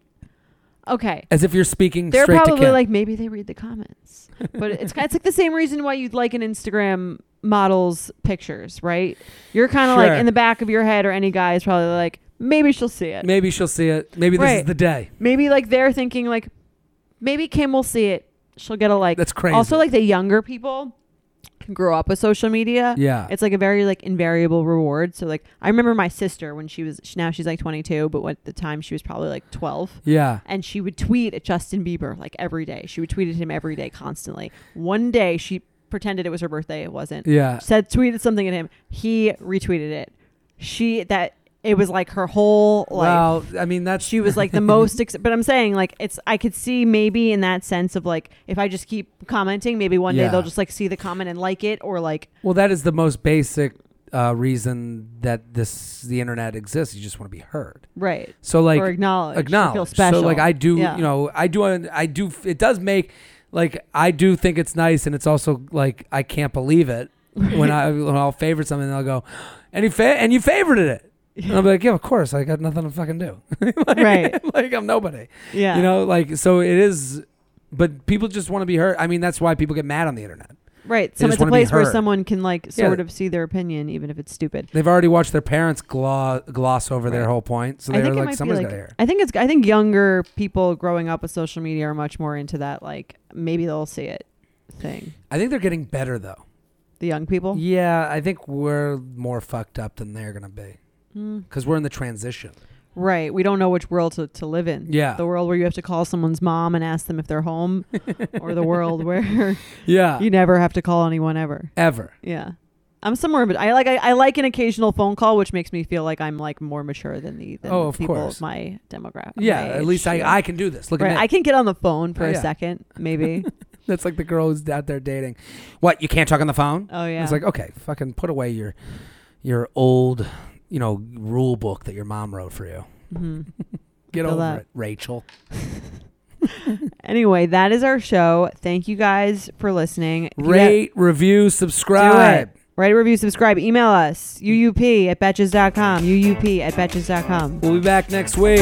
S3: okay,
S2: As if you're speaking
S3: they're
S2: straight to
S3: probably
S2: Kim.
S3: like maybe they read the comments, but it's it's like the same reason why you'd like an Instagram model's pictures, right? You're kind of
S2: Sure.
S3: like in the back of your head, or any guy is probably like maybe she'll see it.
S2: Maybe she'll see it. Maybe this is
S3: Right.
S2: the day.
S3: Maybe like they're thinking like maybe Kim will see it, she'll get a like.
S2: That's crazy.
S3: Also, like the younger people can grow up with social media.
S2: Yeah.
S3: It's like a very like invariable reward. So like I remember my sister when she was she, now she's like 22, but when- at the time she was probably like 12.
S2: Yeah.
S3: And she would tweet at Justin Bieber like every day. She would tweet at him every day constantly. One day she pretended it was her birthday. It wasn't.
S2: Yeah.
S3: Said tweeted something at him. He retweeted it. She that it was like her whole like
S2: well, I mean that's
S3: she was like the most ex- but i'm saying like it's i could see maybe in that sense of like if i just keep commenting maybe one
S2: Yeah.
S3: day they'll just like see the comment and like it or like
S2: Well, that is the most basic uh, reason that this the internet exists. You just want to be heard.
S3: right
S2: So like
S3: or acknowledge or
S2: acknowledge.
S3: feel special
S2: So like I do,
S3: Yeah.
S2: you know, I do, I do. It does make like I do think it's nice, and it's also like I can't believe it when I when I'll favorite something, and I'll go, and you fa- and you favorited it. And I'll be like, yeah, of course. I got nothing to fucking do. like,
S3: Right.
S2: Like I'm nobody.
S3: yeah
S2: You know, like so it is. But people just want to be heard. I mean, that's why people get mad on the internet.
S3: right so
S2: just
S3: it's a
S2: wanna be
S3: place where
S2: heard.
S3: someone can like
S2: Yeah.
S3: sort of see their opinion even if it's stupid
S2: They've already watched their parents gloss, gloss over their
S3: Right.
S2: whole point, so
S3: I
S2: they're
S3: think it
S2: like,
S3: might
S2: "Somebody's
S3: be
S2: got
S3: like,
S2: to hear."
S3: I think it's. I think younger people growing up with social media are much more into that. Like maybe they'll see it thing.
S2: I think they're getting better though.
S3: The young people.
S2: Yeah, I think we're more fucked up than they're gonna be
S3: Mm.
S2: because we're in the transition.
S3: Right. We don't know which world to, to live in.
S2: Yeah.
S3: The world where you have to call someone's mom and ask them if they're home, or the world where
S2: Yeah,
S3: you never have to call anyone ever.
S2: ever.
S3: Yeah. I'm somewhere, but I like I, I like an occasional phone call, which makes me feel like I'm like more mature than the than
S2: Oh,
S3: the
S2: of
S3: people
S2: course.
S3: of my demographic.
S2: Yeah, at least I, I can do this. Look
S3: right.
S2: at me.
S3: I can get on the phone for
S2: Oh,
S3: a
S2: yeah.
S3: second, maybe.
S2: That's like the girl who's out there dating. What? You can't talk on the phone?
S3: oh yeah.
S2: It's like okay, fucking put away your your old you know rule book that your mom wrote for you.
S3: hmm
S2: Get
S3: Feel
S2: over
S3: that.
S2: it, Rachel.
S3: Anyway, that is our show. Thank you guys for listening. If you got-
S2: Rate, review, subscribe.
S3: Write a review, subscribe, email us, uup at betches.com, uup at betches.com.
S2: We'll be back next week.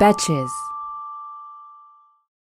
S4: Betches.